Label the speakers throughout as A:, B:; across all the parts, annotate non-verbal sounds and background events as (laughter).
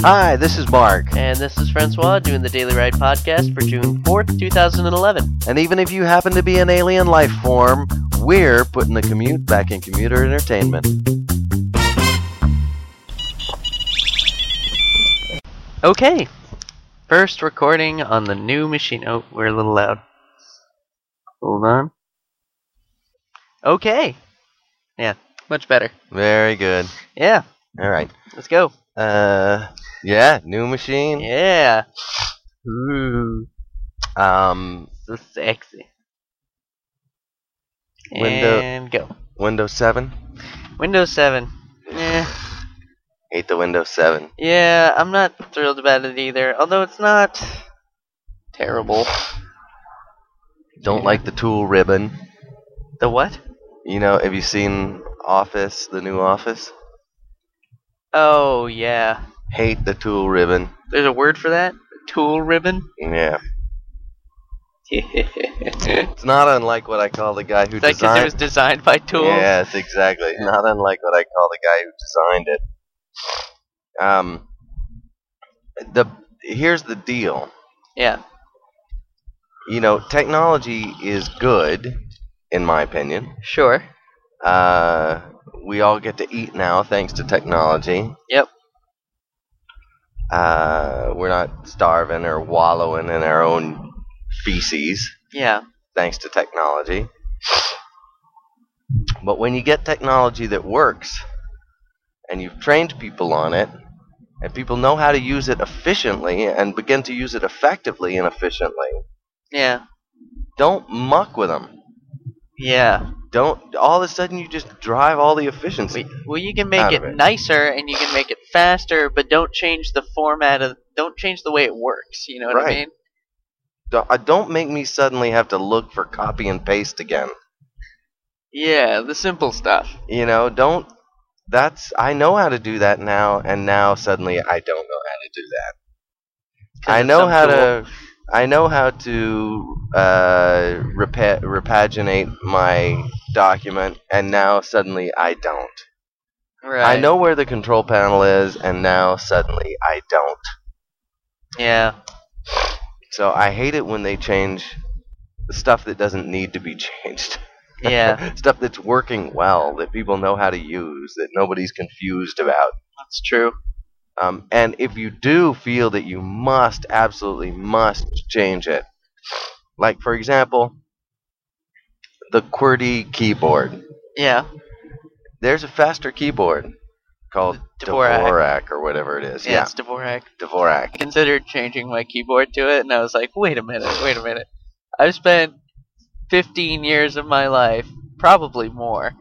A: Hi, this is Mark.
B: And this is Francois doing the Daily Ride podcast for June 4th, 2011.
A: And even if you happen to be an alien life form, we're putting the commute back in commuter entertainment.
B: Okay. First recording on the new machine. Oh, we're a little loud. Hold on. Okay. Yeah, much better.
A: Very good.
B: Yeah,
A: All right.
B: let's go.
A: Uh, yeah, new machine.
B: Yeah. Ooh,
A: Um,
B: so sexy.
A: Window-
B: And go.
A: Windows 7.
B: Windows 7. Yeah.
A: Hate the Windows 7.
B: Eh, Yeah, I'm not thrilled about it either. Although it's not terrible.
A: Don't like the tool ribbon.
B: The what?
A: You know, have you seen Office, the new Office?
B: Oh yeah.
A: Hate the tool ribbon.
B: There's a word for that?
A: (laughs)
B: Tool ribbon?
A: Yeah.
B: Is
A: It's not unlike what I call the guy who
B: that because it
A: designed
B: was designed by Tool?
A: Yes, exactly. Not unlike what I call the guy who designed it. Um, the here's the deal.
B: Yeah.
A: You know, technology is good, in my opinion.
B: Sure.
A: Uh, we all get to eat now thanks to technology.
B: Yep.
A: Uh, we're not starving or wallowing in our own feces
B: Yeah.
A: thanks to technology. But when you get technology that works and you've trained people on it and people know how to use it efficiently and begin to use it effectively and efficiently,
B: Yeah.
A: don't muck with them.
B: Yeah.
A: Don't all of a sudden you just drive all the efficiency.
B: We, well, you can
A: Out
B: make
A: of
B: it
A: it.
B: nicer and you can make it faster, but don't change the format of. Don't change the way it works. You know what
A: Right.
B: I mean?
A: Don't- uh, Don't make me suddenly have to look for copy and paste again.
B: Yeah, the simple stuff.
A: You know, don't. That's I know how to do that now, and now suddenly I don't know how to do that.
B: 'Cause
A: I
B: it's
A: know
B: some
A: how
B: tool.
A: to. I know how to uh, repa- repaginate my document, and now suddenly I don't.
B: Right.
A: I know where the control panel is, and now suddenly I don't.
B: Yeah.
A: So I hate it when they change the stuff that doesn't need to be (laughs) changed. (laughs)
B: Yeah.
A: stuff that's working well, that people know how to use, that nobody's confused about.
B: that's true.
A: Um, and if you do feel that you must, absolutely must change it, like for example, the QWERTY keyboard.
B: Yeah.
A: There's a faster keyboard called
B: Dvorak.
A: Dvorak or whatever it is.
B: Yeah. It's Dvorak.
A: Yeah, Dvorak.
B: considered changing my keyboard to it, and I was like, wait a minute, wait a minute. I've spent 15 years of my life, probably more,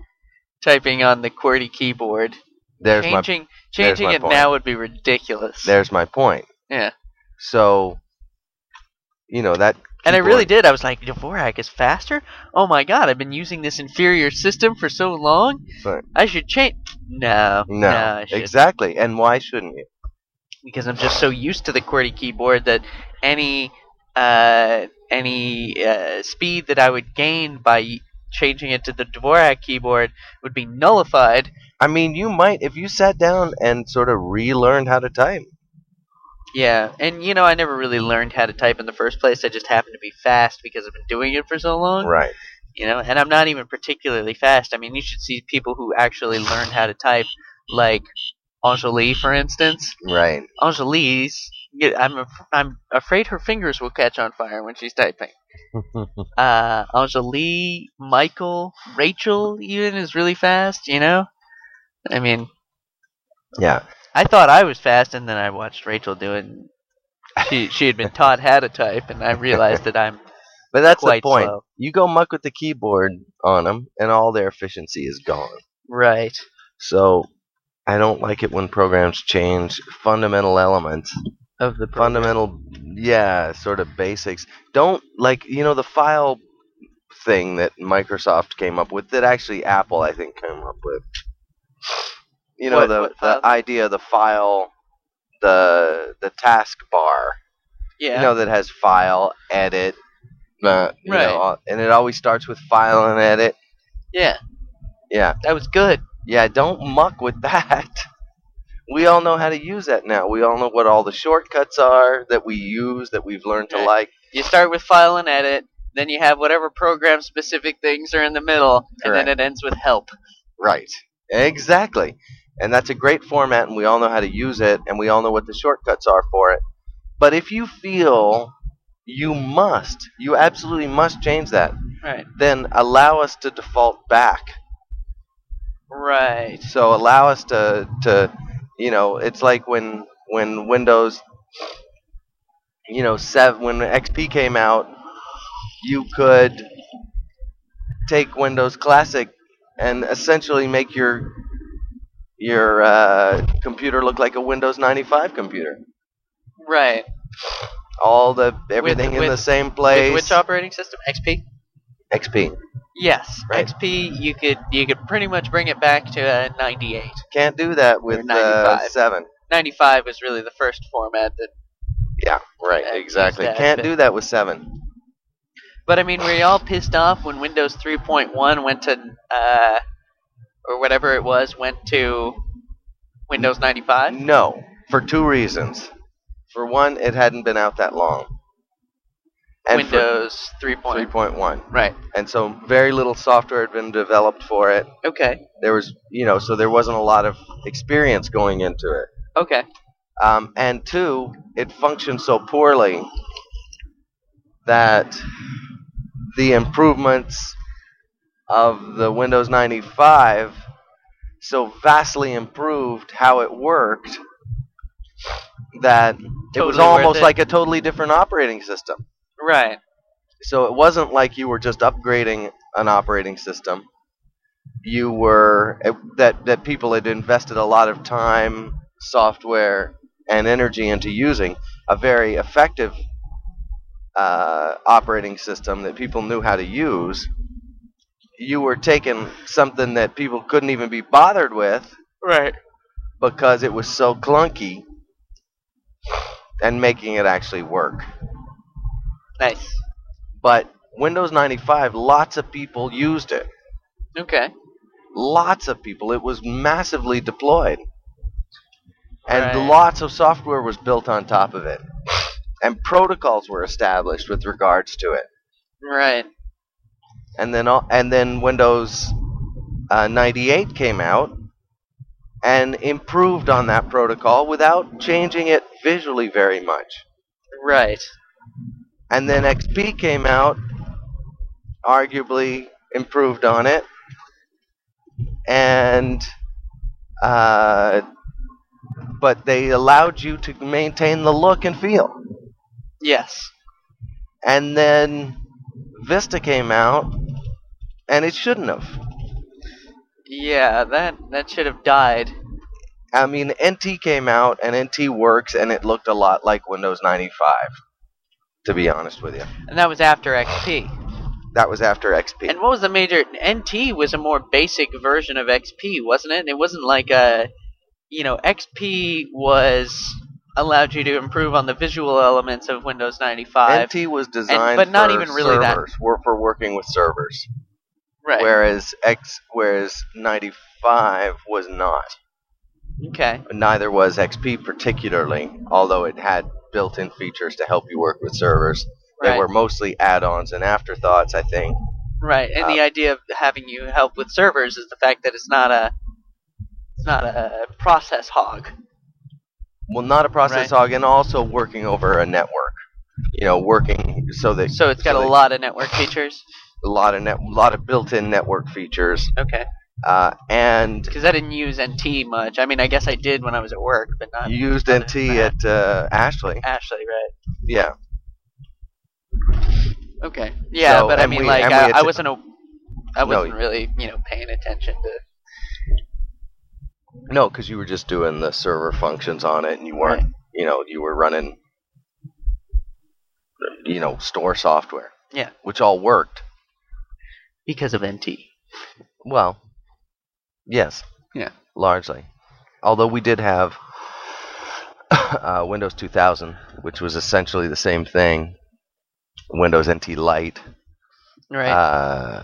B: typing on the QWERTY keyboard.
A: There's my
B: changing changing
A: my
B: it
A: point.
B: now would be ridiculous.
A: there's my point.
B: Yeah.
A: So, you know that.
B: and I
A: keyboard-
B: really did. I was like, Dvorak is faster? Oh my god, I've been using this inferior system for so long.
A: Right.
B: I should change. No.
A: No,
B: I shouldn't.
A: exactly. And why shouldn't you?
B: because I'm just so used to the QWERTY keyboard that any uh, any uh, speed that I would gain by changing it to the Dvorak keyboard would be nullified.
A: I mean, you might if you sat down and sort of relearned how to type.
B: Yeah, and you know I never really learned how to type in the first place. I just happened to be fast because I've been doing it for so long.
A: Right.
B: You know, and I'm not even particularly fast. I mean, you should see people who actually learn how to type, like Anjali, for instance. (laughs)
A: Right.
B: Anjali's, I'm af- I'm afraid her fingers will catch on fire when she's typing. uh, Anjali, Michael, Rachel, even is really fast. You know, I mean,
A: yeah.
B: I thought I was fast, and then I watched Rachel do it. And she she had been taught how to type, and I realized that I'm
A: But that's
B: quite
A: the point.
B: slow.
A: You go muck with the keyboard on them, and all their efficiency is gone.
B: Right.
A: So I don't like it when programs change fundamental elements,
B: Of the
A: fundamental, yeah, sort of basics. Don't like you know the file thing that Microsoft came up with that actually Apple I think came up with. You know
B: What-
A: the
B: what file?
A: the idea, the file, the the task bar.
B: yeah.
A: you know that has file edit uh, you
B: Right.
A: know, all- and it always starts with file and edit
B: yeah.
A: yeah
B: That was good.
A: yeah don't muck with that (laughs) we all know how to use that now. We all know what all the shortcuts are that we use that we've learned to
B: Right.
A: like.
B: You start with file and edit, then you have whatever program specific things are in the middle, and then
A: Correct.
B: it ends with help.
A: Right. Exactly. And that's a great format, and we all know how to use it, and we all know what the shortcuts are for it. But if you feel you must, you absolutely must change that,
B: Right.
A: then allow us to default back.
B: Right.
A: So allow us to, to you know, it's like when when Windows, you know, seven when XP came out, you could take Windows Classic and essentially make your your uh, computer look like a Windows 95 computer.
B: Right.
A: All the everything in
B: with-
A: the same
B: With
A: place.
B: which operating system? XP.
A: XP
B: Yes,
A: Right.
B: XP. You could you could pretty much bring it back to uh, 98.
A: can't do that with uh,
B: 95.
A: seven.
B: 95 was really the first format that.
A: Yeah, right,
B: Yeah,
A: exactly.
B: exactly.
A: Can't do that with seven.
B: But I mean, were you all pissed off when Windows 3.1 went to uh, or whatever it was went to Windows 95?
A: No, for two reasons. For one, it hadn't been out that long. And for
B: Windows 3.1.
A: 3.1.
B: Right.
A: And so very little software had been developed for it.
B: Okay.
A: There was, you know, so there wasn't a lot of experience going into it.
B: Okay.
A: Um, and two, it functioned so poorly that the improvements of the Windows 95 so vastly improved how it worked that it was
B: Totally worth
A: almost
B: it.
A: like a totally different operating system.
B: Right.
A: So it wasn't like you were just upgrading an operating system. You were it, that that people had invested a lot of time, software, and energy into using a very effective uh, operating system that people knew how to use. You were taking something that people couldn't even be bothered with
B: Right.
A: because it was so clunky and making it actually work.
B: Nice.
A: But Windows 95, lots of people used it.
B: Okay.
A: Lots of people. It was massively deployed. And
B: Right.
A: lots of software was built on top of it. And protocols were established with regards to it.
B: Right.
A: And then all, and then Windows uh, 98 came out and improved on that protocol without changing it visually very much.
B: Right.
A: And then XP came out, arguably improved on it, and uh, but they allowed you to maintain the look and feel.
B: Yes.
A: And then Vista came out, and it shouldn't have.
B: Yeah. That that should have died.
A: I mean, NT came out, and NT works, and it looked a lot like Windows 95. To be honest with you,
B: And that was after XP.
A: that was after XP.
B: And what was the major NT was a more basic version of XP, wasn't it? It wasn't like a you know, XP was allowed you to improve on the visual elements of Windows 95.
A: NT was designed,
B: but not
A: for
B: even really that.
A: servers, wor- for working with servers.
B: right.
A: Whereas X, whereas 95 was not.
B: okay.
A: Neither was XP particularly, although it had built-in features to help you work with servers. They
B: Right.
A: were mostly add-ons and afterthoughts, I think.
B: right. And
A: uh,
B: the idea of having you help with servers is the fact that it's not a it's not a process hog.
A: Well, not a process hog, and also working over a network. You know, working so that
B: So it's got
A: they-
B: a lot of network features.
A: a lot of net, lot of built-in network features,
B: Okay.
A: uh, and
B: Cuz I didn't use NT much. I mean, I guess I did when I was at work, but not
A: you used
B: other
A: NT
B: than that.
A: at uh, Ashley.
B: Ashley, right?
A: Yeah.
B: Okay. Yeah,
A: So-
B: but I
A: and
B: mean,
A: we-
B: like,
A: and we
B: I,
A: had
B: I
A: to-
B: wasn't a, I
A: No,
B: wasn't
A: you-
B: really, you know, paying attention to.
A: No, because you were just doing the server functions on it, and you weren't, you know, you were running, you know, store software.
B: Yeah.
A: Which all worked.
B: Because of NT.
A: Well, yes.
B: Yeah.
A: Largely. Although we did have (coughs) uh, Windows 2000, which was essentially the same thing, Windows NT Lite,
B: Right.
A: uh,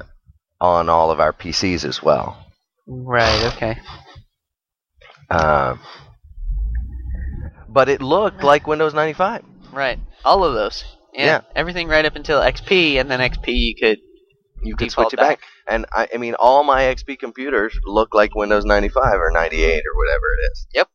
A: on all of our PCs as well.
B: right. Okay.
A: Uh, but it looked like Windows 95.
B: Right. All of those. Yeah.
A: Yeah.
B: Everything right up until XP, and then XP you could.
A: You could
B: Default
A: switch it back. And I, I mean, all my XP computers look like Windows 95 or 98 or whatever it is.
B: Yep.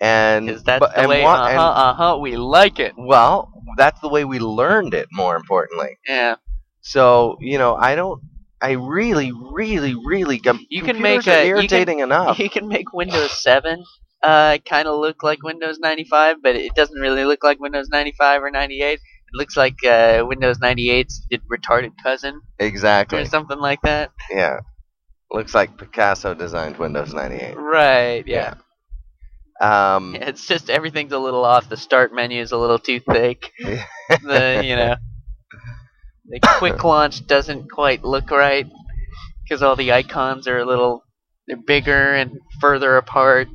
A: And
B: Because that's
A: but-
B: the
A: and
B: way. Uh
A: wha- and-
B: huh. Uh huh. We like it.
A: well, that's the way we learned it. More importantly,
B: Yeah.
A: so you know, I don't. I really, really, really. com-
B: You can
A: computers
B: make a-
A: are
B: you can-
A: irritating enough.
B: (laughs) You can make Windows 7 uh, kind of look like Windows 95, but it doesn't really look like Windows 95 or 98. It looks like uh, Windows 98's did retarded cousin or
A: Exactly.
B: something like that.
A: Yeah. Looks like Picasso designed Windows 98.
B: Right. Yeah.
A: Um,
B: Yeah, (laughs) It's just everything's a little off. The start menu is a little
A: (laughs)
B: too thick.
A: Yeah.
B: the you know, the quick launch doesn't quite look right because all the icons are a little they're bigger and further apart.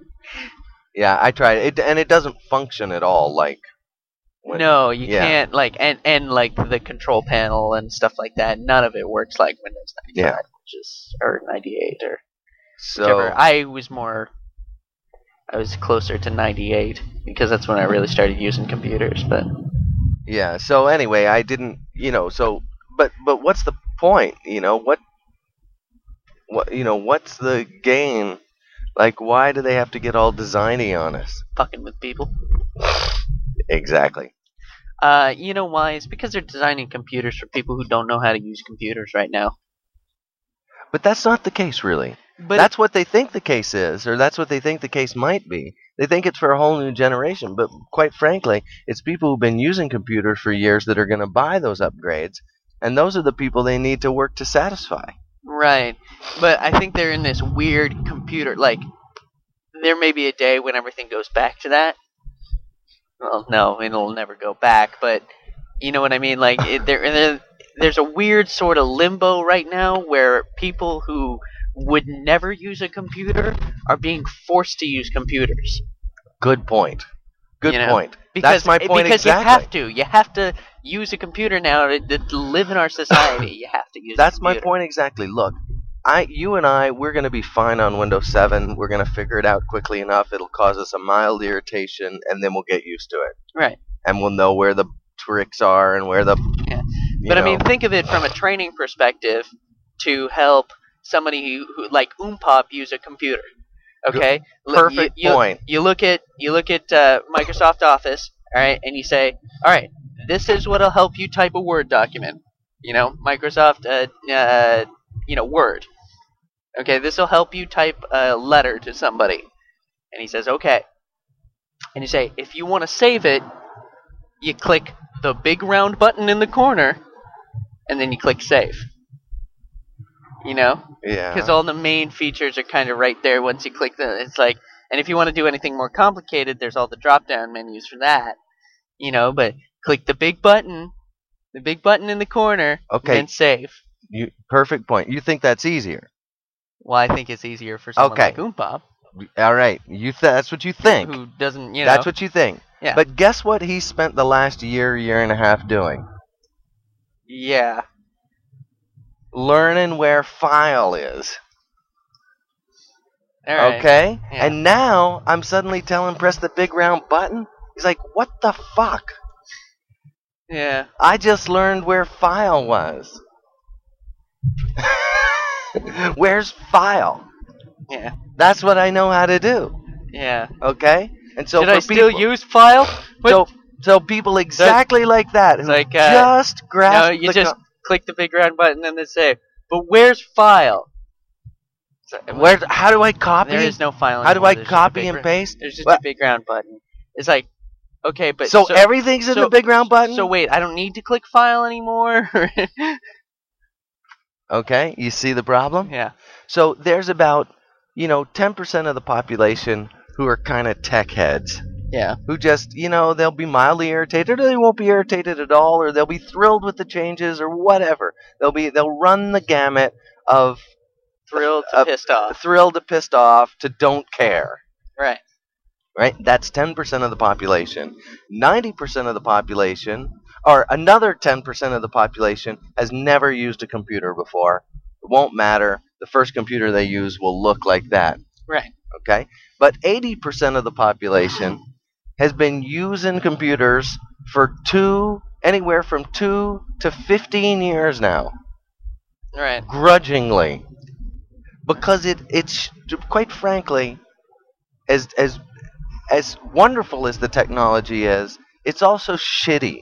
A: yeah, I tried it, and it doesn't function at all. Like, when-
B: no, you
A: yeah.
B: can't like and and like the control panel and stuff like that. None of it works like Windows 95, which is or 98 or
A: so
B: whichever. I was more. I was closer to 98 because that's when I really started using computers, but
A: yeah. So anyway, I didn't, you know. So, but but what's the point? You know what? What you know? What's the gain? Like, why do they have to get all designy on us?
B: fucking with people.
A: Exactly.
B: Uh, you know why? It's because they're designing computers for people who don't know how to use computers right now.
A: But that's not the case, really.
B: But
A: that's what they think the case is, or that's what they think the case might be. They think it's for a whole new generation, but quite frankly, it's people who've been using computers for years that are going to buy those upgrades, and those are the people they need to work to satisfy.
B: right, but I think they're in this weird computer. Like, there may be a day when everything goes back to that. Well, no, it'll never go back. But you know what I mean. Like, it, there, there, there's a weird sort of limbo right now where people who would never use a computer are being forced to use computers.
A: Good point. Good
B: You know,
A: point.
B: Because,
A: That's my point
B: because
A: exactly.
B: you have to. You have to use a computer now to, to live in our society. You have to use.
A: That's
B: a
A: my
B: computer.
A: point exactly. Look, I, you and I, we're going to be fine on Windows 7. We're going to figure it out quickly enough. It'll cause us a mild irritation, and then we'll get used to it,
B: Right.
A: and we'll know where the tricks are and where the.
B: Yeah.
A: you
B: But I
A: know,
B: mean, think of it from a training perspective to help somebody who, who like Oompop use a computer. Okay. L- you-
A: perfect
B: you,
A: point.
B: You look at you look at uh, Microsoft Office, all right, and you say, all right, this is what'll help you type a Word document. You know, Microsoft, uh, uh, you know, Word. Okay, this will help you type a letter to somebody. And he says, okay. And you say, if you want to save it, you click the big round button in the corner, and then you click save. You know,
A: Yeah.
B: because all the main features are kind of right there once you click the it's like and if you want to do anything more complicated there's all the drop down menus for that you know but click the big button the big button in the corner
A: Okay.
B: and save
A: You, perfect point. You think that's easier?
B: well i think it's easier for someone
A: Okay.
B: like Oompop,
A: All right. You th- that's what you think.
B: who doesn't you know
A: that's what you think.
B: Yeah.
A: But guess what he spent the last year, year and a half doing?
B: yeah
A: Learning where file is.
B: all right
A: Okay?
B: Yeah.
A: And now I'm suddenly telling press the big round button. He's like, "What the fuck?
B: yeah
A: I just learned where file was." (laughs) Where's file?
B: yeah
A: That's what I know how to do.
B: yeah
A: Okay? And so
B: should
A: for
B: i still
A: people- (sniffs)
B: use file What-
A: So, so people exactly like that who
B: Like, uh,
A: just grasp
B: no you
A: the
B: just
A: co-
B: click the big round button and then save but where's file So-
A: where how do I copy?
B: there is no file
A: how do
B: anymore,
A: I
B: there's just a
A: copy
B: big
A: and
B: round-
A: paste?
B: There's just
A: Well-
B: a big round button. It's like, okay, but
A: so, everything's in
B: so-
A: the big round button.
B: So wait, I don't need to click file anymore. (laughs)
A: okay, you see the problem.
B: yeah,
A: So there's about you know 10% of the population who are kind of tech heads
B: yeah,
A: who just you know they'll be mildly irritated or they won't be irritated at all or they'll be thrilled with the changes or whatever. They'll be they'll run the gamut of
B: thrilled to
A: Uh,
B: pissed off.
A: thrilled to pissed off to don't care.
B: Right.
A: right? That's 10% of the population. 90% of the population, or another 10% of the population, has never used a computer before. It won't matter. The first computer they use will look like that,
B: Right.
A: okay? But 80% of the population has been using computers for two, anywhere from two to 15 years now,
B: Right.
A: grudgingly. Because it, it's, quite frankly, as, as, as wonderful as the technology is, it's also shitty.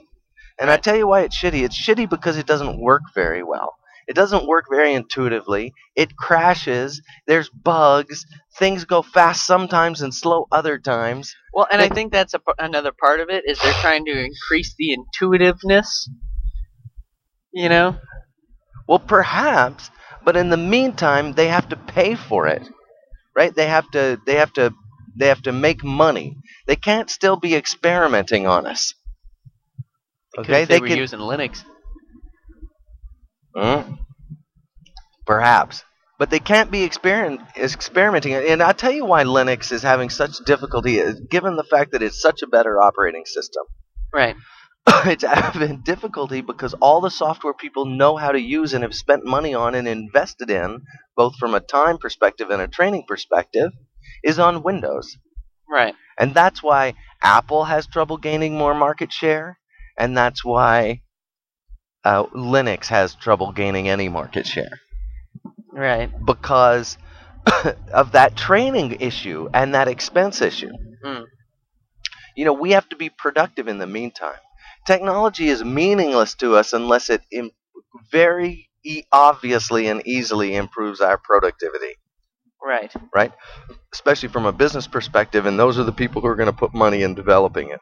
A: And I
B: Right.
A: tell you why it's shitty. It's shitty because it doesn't work very well. It doesn't work very intuitively. It crashes. There's bugs. Things go fast sometimes and slow other times.
B: Well, and I
A: They-
B: think that's a, p- another part of it is they're trying to increase the intuitiveness. You know,
A: Well, perhaps, but in the meantime, they have to pay for it, right? They have to. They have to. They have to make money. They can't still be experimenting on us.
B: because
A: Okay,
B: if they,
A: they
B: were
A: could-
B: using Linux.
A: Hmm? Perhaps. But they can't be experin- experimenting. And I'll tell you why Linux is having such difficulty, is given the fact that it's such a better operating system.
B: Right.
A: (laughs) it's having difficulty because all the software people know how to use and have spent money on and invested in, both from a time perspective and a training perspective, is on Windows.
B: Right.
A: And that's why Apple has trouble gaining more market share, and that's why uh, Linux has trouble gaining any market share
B: Right.
A: because (laughs) of that training issue and that expense issue.
B: Mm.
A: You know, we have to be productive in the meantime. Technology is meaningless to us unless it Im- very e- obviously and easily improves our productivity,
B: Right.
A: especially from a business perspective, and those are the people who are going to put money in developing it.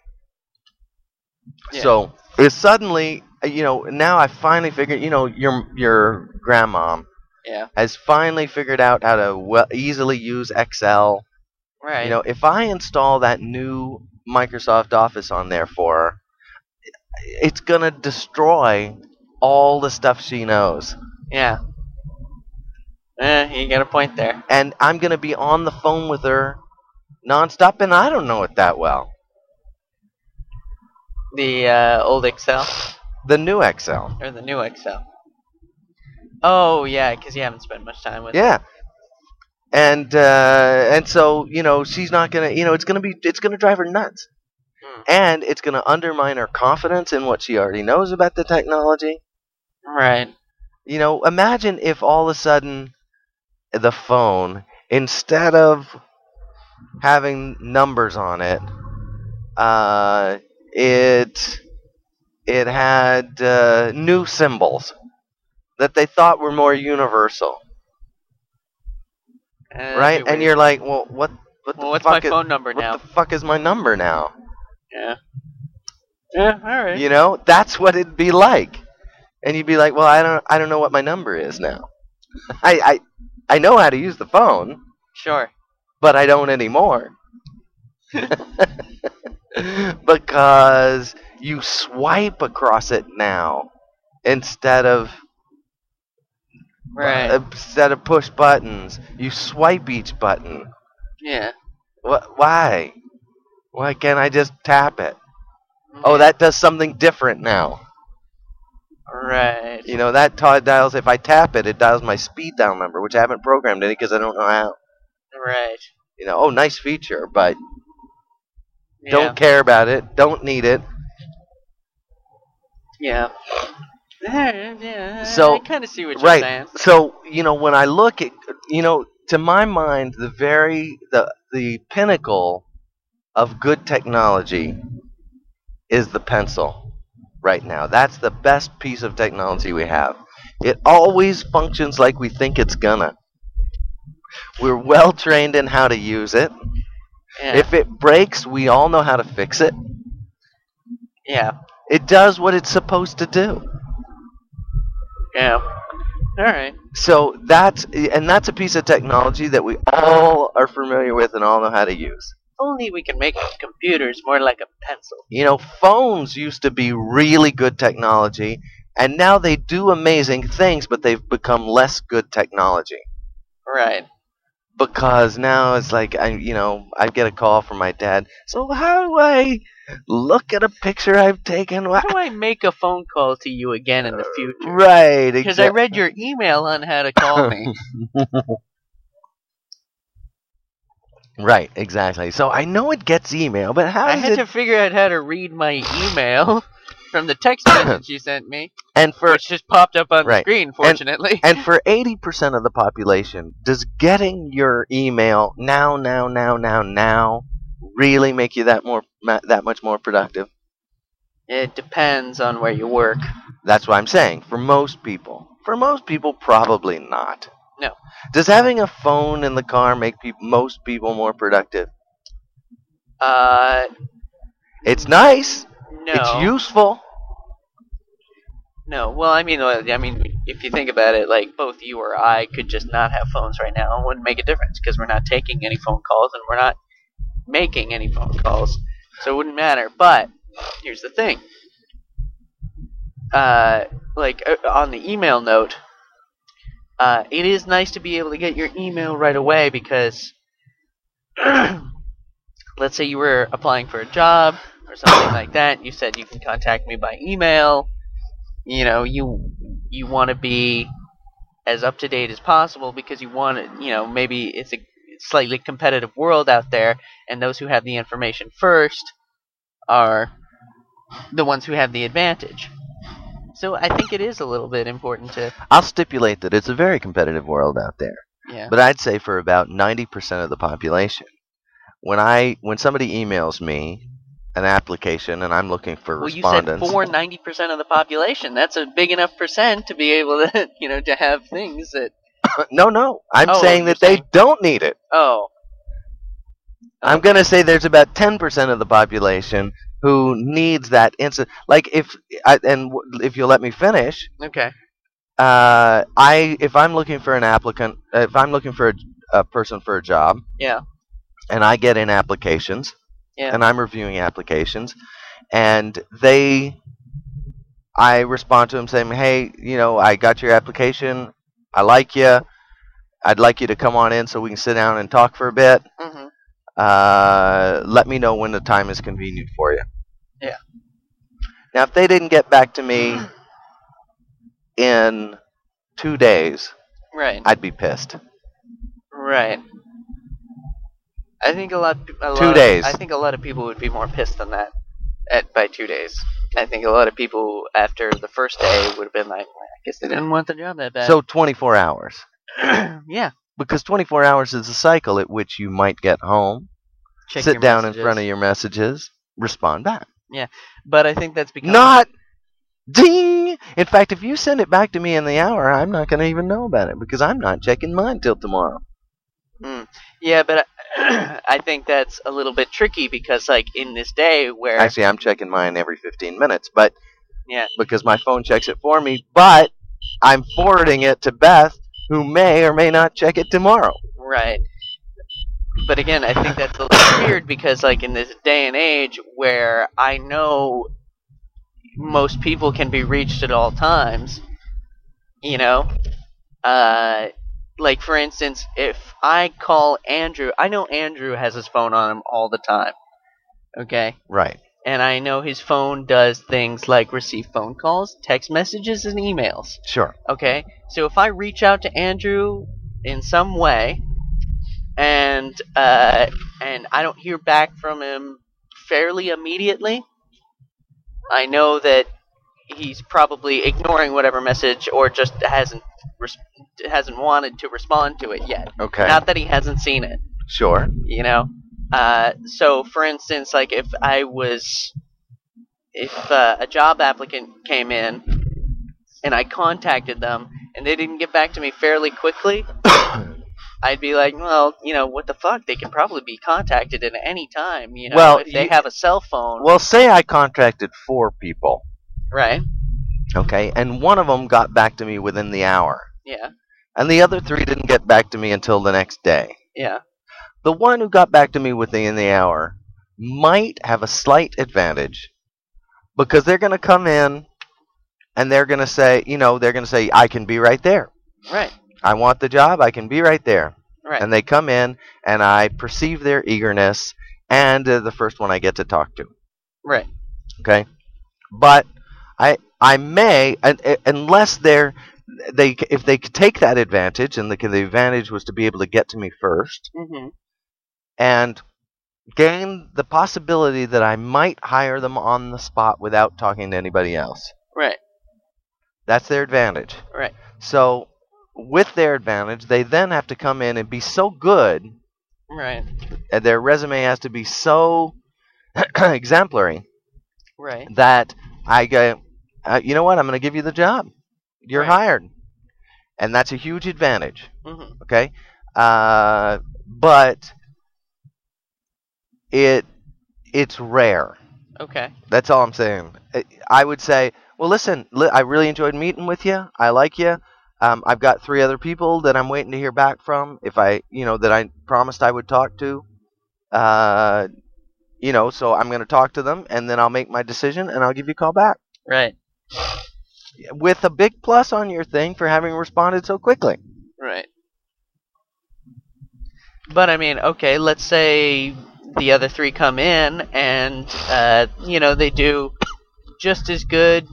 B: Yeah.
A: So it's suddenly, uh, you know, now I finally figured, you know, your your grandmom
B: Yeah.
A: has finally figured out how to well, easily use Excel.
B: Right.
A: You know, if I install that new Microsoft Office on there for her, it's going to destroy all the stuff she knows.
B: yeah. Eh, you got a point there.
A: And I'm going to be on the phone with her nonstop, and I don't know it that well.
B: The uh, old Excel
A: The new Excel.
B: or the new Excel. Oh yeah, because you haven't spent much time with. it.
A: Yeah. And uh, and so you know she's not gonna you know it's gonna be it's gonna drive her nuts,
B: Hmm.
A: and it's gonna undermine her confidence in what she already knows about the technology.
B: Right.
A: You know, imagine if all of a sudden the phone, instead of having numbers on it, uh, it it had uh, new symbols that they thought were more universal,
B: Uh, that'd be
A: right?
B: weird.
A: And you're like, well, what what the
B: Well, what's my
A: fuck is
B: phone number
A: what
B: now?
A: the fuck is my number now?
B: yeah. Yeah. All right.
A: You know, that's what it'd be like. And you'd be like, well, I don't I don't know what my number is now. (laughs) I I, I know how to use the phone.
B: Sure.
A: but I don't anymore. (laughs) because you swipe across it now instead of
B: Right.
A: instead of push buttons. You swipe each button.
B: yeah.
A: Wh- why? Why can't I just tap it? Oh, that does something different now.
B: Right.
A: You know, that Todd dials, if I tap it, it dials my speed dial number, which I haven't programmed any because I don't know how.
B: Right.
A: You know, oh, nice feature, but
B: Yeah.
A: don't care about it, don't need it.
B: Yeah. Yeah, yeah,
A: So-
B: I kind of see what you're
A: right.
B: saying.
A: So you know, when I look at you know, to my mind, the very the the pinnacle of good technology is the pencil. Right now, that's the best piece of technology we have. It always functions like we think it's gonna. We're well trained in how to use it.
B: Yeah.
A: If it breaks, we all know how to fix it.
B: yeah.
A: It does what it's supposed to do.
B: Yeah. All right.
A: So that's and that's a piece of technology that we all are familiar with and all know how to use.
B: Only we can make computers more like a pencil.
A: You know, phones used to be really good technology and now they do amazing things but they've become less good technology
B: Right.
A: because now it's like I you know, I get a call from my dad. So how do I look at a picture I've taken? Wha-
B: How do I make a phone call to you again in the future? (laughs)
A: Right,
B: Because
A: exactly.
B: I read your
A: (laughs)
B: email on how to call me.
A: Right, exactly. So I know it gets email, but how
B: I
A: does
B: had
A: it?
B: to figure out how to read my email (laughs) from the text message you sent me,
A: and for
B: which just popped up on
A: Right.
B: the screen,
A: (laughs)
B: fortunately.
A: and for eighty percent of the population, does getting your email now, now, now, now, now really make you that more ma- that much more productive?
B: it depends on where you work.
A: That's what I'm saying. For most people, for most people, probably not.
B: No.
A: Does having a phone in the car make peop most people more productive?
B: Uh,
A: It's nice.
B: no.
A: It's useful.
B: No, well, I mean, uh, I mean, if you think about it, like both you or I could just not have phones right now, and wouldn't make a difference because we're not taking any phone calls and we're not making any phone calls, so it wouldn't matter. But here's the thing: uh, like uh, on the email note, uh, it is nice to be able to get your email right away because, (clears throat) let's say you were applying for a job or something like that, you said you can contact me by email you know you you want to be as up to date as possible because you want to you know maybe it's a slightly competitive world out there and those who have the information first are the ones who have the advantage so i think it is a little bit important to
A: I'll stipulate that it's a very competitive world out there.
B: yeah
A: But I'd say for about 90% of the population, when I when somebody emails me an application and I'm looking for
B: well you said
A: respondents,
B: for 90% of the population that's a big enough percent to be able to (laughs) you know to have things that
A: uh, no, no, I'm
B: Oh,
A: saying
B: you're
A: that they
B: saying-
A: don't need it.
B: oh
A: I'm gonna say there's about 10% of the population who needs that instant. Like if I, and w- if you'll let me finish,
B: okay
A: uh, I if I'm looking for an applicant, if I'm looking for a, a person for a job,
B: Yeah.
A: and I get in applications,
B: Yeah.
A: and I'm reviewing applications, and they, I respond to them saying, hey, you know, I got your application, I like you, I'd like you to come on in so we can sit down and talk for a bit.
B: hmm
A: Uh, let me know when the time is convenient for you.
B: Yeah.
A: Now, if they didn't get back to me in two days,
B: right
A: I'd be pissed.
B: Right. I think a lot. A
A: Two
B: lot
A: days.
B: Of, I think a lot of people would be more pissed than that at by two days. I think a lot of people after the first day would have been like, "Well, I guess they didn't want the job that bad.
A: So 24 hours.
B: (clears throat) yeah.
A: Because 24 hours is the cycle at which you might get home,
B: Check
A: sit
B: your
A: down in
B: messages.
A: front of your messages, respond back.
B: But I think that's because
A: Not ding! In fact, if you send it back to me in the hour, I'm not going to even know about it because I'm not checking mine till tomorrow.
B: Yeah, but I, (clears throat) I think that's a little bit tricky because like in this day where
A: Actually, I'm checking mine every 15 minutes, but
B: yeah
A: because my phone checks it for me, but I'm forwarding it to Beth, who may or may not check it tomorrow.
B: Right. But again, I think that's a little (coughs) weird because, like, in this day and age where I know most people can be reached at all times, you know, uh, like for instance, if I call Andrew, I know Andrew has his phone on him all the time. Okay,
A: Right.
B: and I know his phone does things like receive phone calls, text messages, and emails.
A: Sure.
B: Okay, so if I reach out to Andrew in some way, and uh, and I don't hear back from him fairly immediately, I know that he's probably ignoring whatever message or just hasn't res- hasn't wanted to respond to it yet.
A: Okay.
B: Not that he hasn't seen it
A: sure.
B: you know uh, so for instance like if i was if uh, a job applicant came in and i contacted them and they didn't get back to me fairly
A: (coughs)
B: quickly i'd be like well you know what the fuck they can probably be contacted at any time you know
A: Well,
B: if they
A: you-
B: have a cell phone
A: Well, say I contracted four people,
B: right
A: okay, and one of them got back to me within the hour,
B: yeah
A: and the other three didn't get back to me until the next day.
B: yeah
A: The one who got back to me within the hour might have a slight advantage because they're going to come in and they're going to say, you know, they're going to say, I can be right there.
B: right
A: I want the job. I can be right there.
B: right
A: And they come in, and I perceive their eagerness, and uh, the first one I get to talk to.
B: right
A: Okay, but I I may un- uh, unless they're they c- if they could take that advantage, and the, the advantage was to be able to get to me first,
B: hmm
A: and gained the possibility that I might hire them on the spot without talking to anybody else.
B: Right.
A: That's their advantage.
B: Right.
A: So, with their advantage, they then have to come in and be so good,
B: Right.
A: and their resume has to be so (clears throat) exemplary
B: Right.
A: that I go, uh, you know what, I'm going to give you the job. You're
B: Right.
A: hired. And that's a huge advantage.
B: Mm-hmm.
A: okay uh, but it it's rare
B: Okay.
A: that's all i'm saying I- i would say well listen li- i really enjoyed meeting with you i like you um, i've got three other people that i'm waiting to hear back from if i you know that i promised i would talk to uh, you know so i'm going to talk to them and then i'll make my decision and i'll give you a call back
B: Right.
A: with a big plus on your thing for having responded so quickly
B: Right. But I mean, okay, let's say the other three come in and uh, you know, they do just as good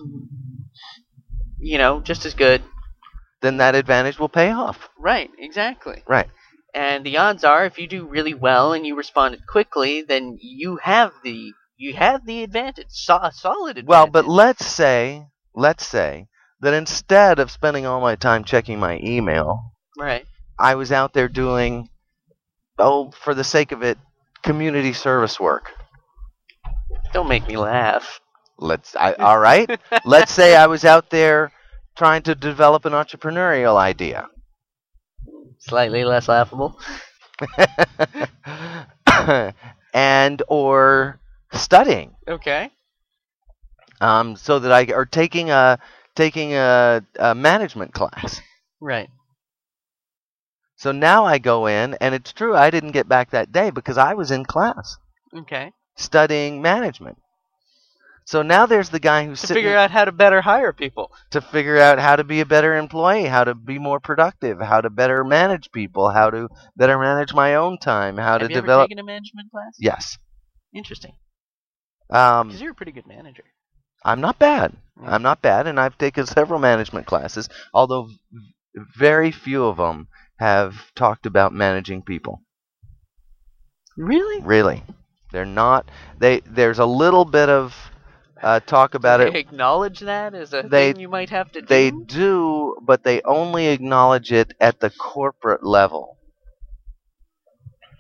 B: you know, just as good.
A: then that advantage will pay off
B: Right, exactly.
A: Right.
B: And the odds are if you do really well and you responded quickly, then you have the you have the advantage. So, a solid advantage.
A: Well, but let's say, let's say that instead of spending all my time checking my email,
B: right.
A: I was out there doing, oh, for the sake of it, community service work.
B: Don't make me laugh.
A: Let's, I, all right. let's say I was out there trying to develop an entrepreneurial idea. (laughs)
B: Slightly less laughable.
A: and or studying
B: Okay.
A: um, so that i or taking a taking a, a management class
B: Right.
A: So now I go in, and it's true, I didn't get back that day because I was in class
B: Okay.
A: studying management. So now there's the guy who's
B: To
A: sitting
B: figure out how to better hire people.
A: to figure out how to be a better employee, how to be more productive, how to better manage people, how to better manage my own time, how
B: Have
A: to
B: you
A: develop.
B: ever taken a management class?
A: yes,
B: Interesting.
A: um,
B: Because you're a pretty good manager.
A: I'm not bad.
B: Mm.
A: I'm not bad, and I've taken several management classes, although v- very few of them have talked about managing people.
B: Really?
A: Really, they're not. They there's a little bit of uh, talk about
B: they
A: it.
B: acknowledge that as a
A: They-
B: thing you might have to
A: They
B: do.
A: do, but they only acknowledge it at the corporate level.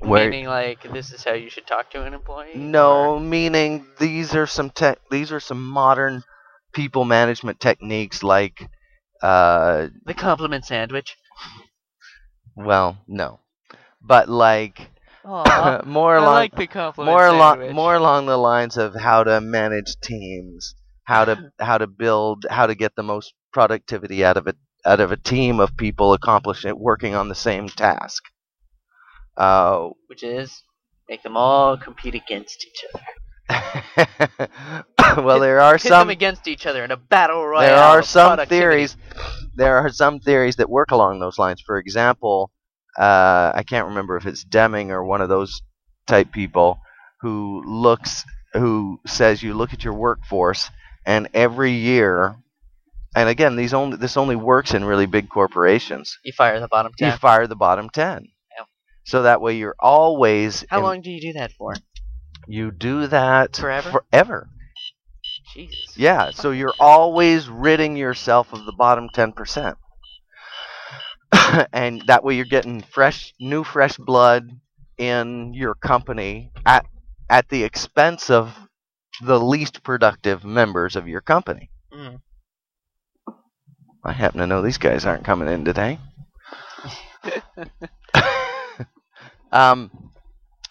A: Where
B: Meaning, like, this is how you should talk to an employee?
A: no, meaning these are some tech. These are some modern people management techniques, like uh,
B: or The compliment sandwich.
A: well, no, but like
B: Aw,
A: (laughs) more
B: Uh, I
A: along
B: like the compliment
A: more
B: sandwich.
A: along more along the lines of how to manage teams, how to how to build, how to get the most productivity out of it out of a team of people accomplishing working on the same task. Uh, (laughs)
B: Which is, make them all compete against each other.
A: well, there are
B: Pit them
A: some
B: against each other in a battle royale.
A: there are
B: of
A: some
B: productivity.
A: theories there are some theories that work along those lines. For example, uh, I can't remember if it's Deming or one of those type people who looks who says you look at your workforce and every year and again these only this only works in really big corporations.
B: You fire the bottom
A: You
B: ten.
A: fire the bottom 10.
B: Yeah.
A: So that way you're always
B: How
A: in-
B: long do you do that for?
A: you do that
B: Forever?
A: forever.
B: Jesus.
A: Yeah, so you're always ridding yourself of the bottom 10%. (coughs) and that way you're getting fresh new fresh blood in your company at at the expense of the least productive members of your company.
B: Mm.
A: I happen to know these guys aren't coming in today. (laughs) um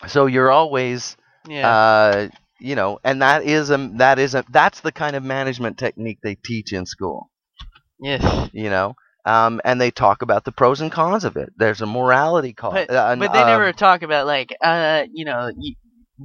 A: so you're always
B: Yeah.
A: uh, you know, and that is a that is a that's the kind of management technique they teach in school.
B: yes.
A: You know, um, and they talk about the pros and cons of it. There's a morality call,
B: But-
A: uh, an-
B: But they
A: um,
B: never talk about like, uh, you know, y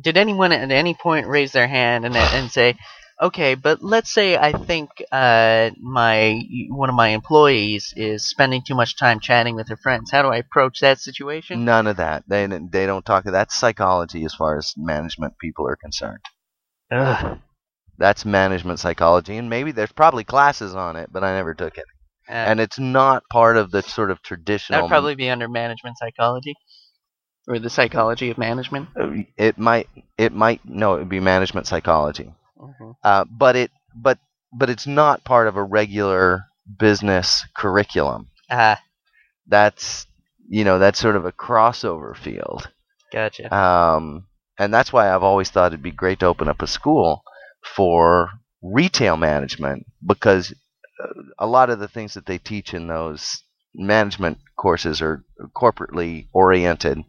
B: did anyone at any point raise their hand and and say, okay, but let's say I think uh, my one of my employees is spending too much time chatting with her friends. How do I approach that situation?
A: None of that. They didn't- they don't talk. That's psychology as far as management people are concerned.
B: Ugh.
A: That's management psychology, and maybe there's probably classes on it, but I never took it.
B: Uh,
A: And it's not part of the sort of
B: that
A: traditional.
B: would probably be under management psychology. or the psychology of management.
A: It might it might no, it would be management psychology.
B: Mm-hmm.
A: Uh, but it but but it's not part of a regular business curriculum.
B: Ah,
A: That's you know that's sort of a crossover field.
B: gotcha.
A: Um, and that's why I've always thought it'd be great to open up a school for retail management because uh, a lot of the things that they teach in those management courses are corporately oriented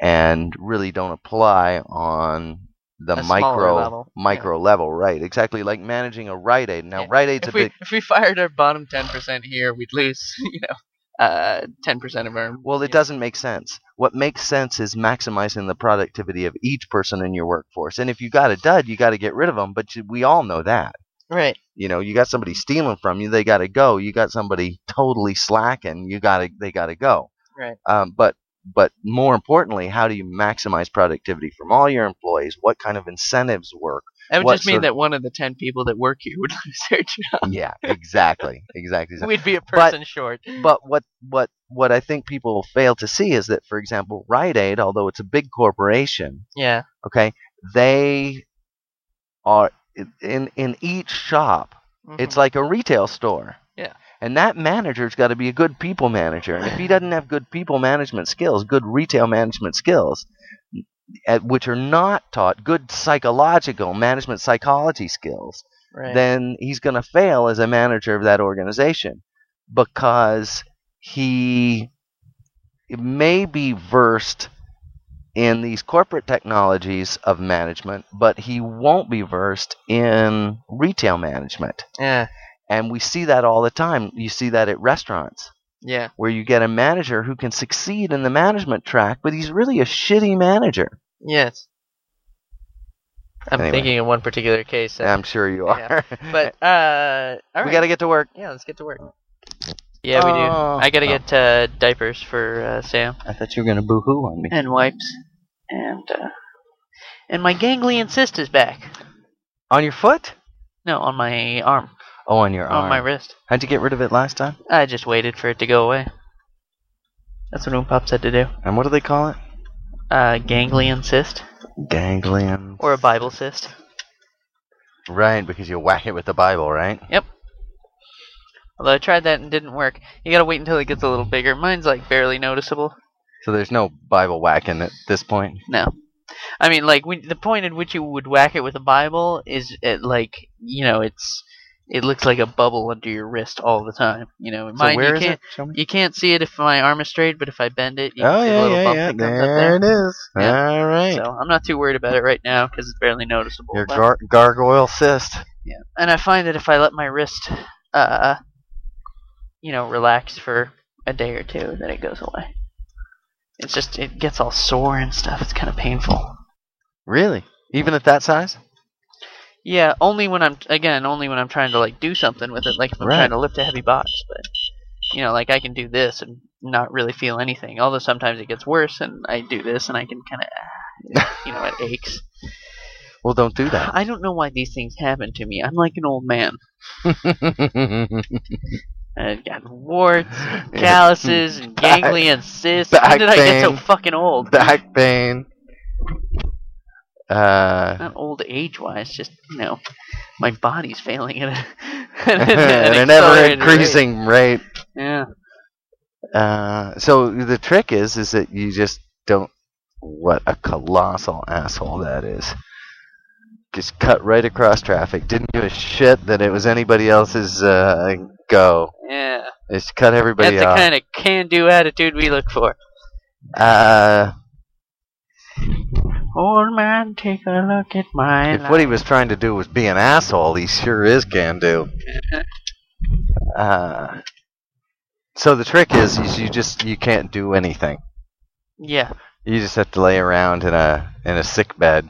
A: and really don't apply on the
B: A smaller
A: micro
B: level, yeah.
A: micro level, right? Exactly like managing a Rite Aid. Now,
B: Yeah.
A: Rite Aid's a
B: if we
A: big
B: if we fired our bottom ten percent here, we'd lose (laughs) you know uh, ten percent of our.
A: Well, it doesn't make sense. What makes sense is maximizing the productivity of each person in your workforce. And if you got a dud, you got to get rid of them. But you- we all know that.
B: Right.
A: You know, you got
B: Mm-hmm.
A: somebody stealing from you, they got to go. You got somebody totally slacking, you got to they got to go.
B: Right.
A: Um, but but more importantly, how do you maximize productivity from all your employees? What kind of incentives work?
B: That would
A: What
B: just mean
A: sort of-
B: that one of the ten people that work here (laughs) would lose their job.
A: yeah, exactly, exactly. So-
B: We'd be a
A: But-
B: person short.
A: but what what what I think people fail to see is that, for example, Rite Aid, although it's a big corporation,
B: Yeah.
A: okay they are in in each shop
B: Mm-hmm.
A: it's like a retail store
B: Yeah.
A: and that manager's got to be a good people manager and if he doesn't have good people management skills good retail management skills at, which are not taught good psychological management psychology skills
B: right.
A: then he's going to fail as a manager of that organization because he may be versed in these corporate technologies of management, but he won't be versed in retail management.
B: yeah.
A: And we see that all the time. You see that at restaurants
B: Yeah.
A: where you get a manager who can succeed in the management track, but he's really a shitty manager.
B: Yes. I'm
A: Anyway.
B: thinking of one particular case. uh,
A: I'm sure you
B: Yeah.
A: are.
B: But uh, all
A: (laughs)
B: right.
A: we got to get to work.
B: yeah, let's get to work. Yeah, we do.
A: Oh.
B: I gotta
A: Oh.
B: get uh, diapers for uh, Sam
A: I thought you were going to boo hoo on me.
B: and wipes, and uh, and my ganglion cyst is back.
A: On your foot?
B: No, on my arm,
A: Oh, on your arm.
B: on my wrist.
A: How'd you get rid of it last time?
B: I just waited for it to go away. That's what Pop said to do.
A: And what do they call it?
B: Uh, ganglion cyst
A: Ganglion.
B: or a Bible cyst.
A: Right, because you whack it with the Bible, right?
B: Although I tried that and didn't work. You gotta wait until it gets a little bigger. Mine's like barely noticeable.
A: So there's no Bible whacking at this point.
B: No. I mean, like when, the point at which you would whack it with a Bible is at like you know it's it looks like a bubble under your wrist all the time. You know, and mine
A: so where
B: you
A: is
B: can't
A: it? Show me.
B: you can't see it if my arm is straight, but if I bend it, you
A: Oh
B: can see the
A: yeah,
B: little
A: yeah,
B: bump
A: yeah.
B: that comes up
A: There
B: there.
A: it is.
B: Yeah.
A: All right.
B: So I'm not too worried about it right now because it's barely noticeable.
A: Your
B: but-
A: gar- gargoyle cyst.
B: yeah. And I find that if I let my wrist, uh, you know, relax for a day or two, then it goes away. It's just it gets all sore and stuff. It's kind of painful.
A: Really? Even at that size?
B: Yeah, only when I'm again, only when I'm trying to like do something with it, like if I'm
A: Right.
B: trying to lift a heavy box. But you know, like I can do this and not really feel anything. Although sometimes it gets worse, and I do this and I can kind of, you know, it aches.
A: Well, don't do that.
B: I don't know why these things happen to me. I'm like an old man. I've got warts, (laughs) calluses, and
A: Back-
B: ganglion cysts. When
A: back
B: did I get so
A: pain.
B: fucking
A: (laughs)
B: old?
A: Back pain. Uh,
B: Not old age wise, just you know, my body's failing at (laughs)
A: (laughs)
B: a,
A: at
B: at (laughs) an
A: an ever
B: accelerated rate.
A: increasing rate.
B: Yeah.
A: Uh, so the trick is is that you just don't what a colossal asshole that is just cut right across traffic didn't give a shit that it was anybody else's uh, go
B: Yeah.
A: just cut everybody
B: That's the
A: off
B: kind of can-do attitude we look for.
A: uh,
B: Old man, take a look at my
A: if
B: life.
A: what he was trying to do was be an asshole he sure is can
B: (laughs)
A: do uh, so the trick is, is you just you can't do anything
B: yeah,
A: you just have to lay around in a in a sick bed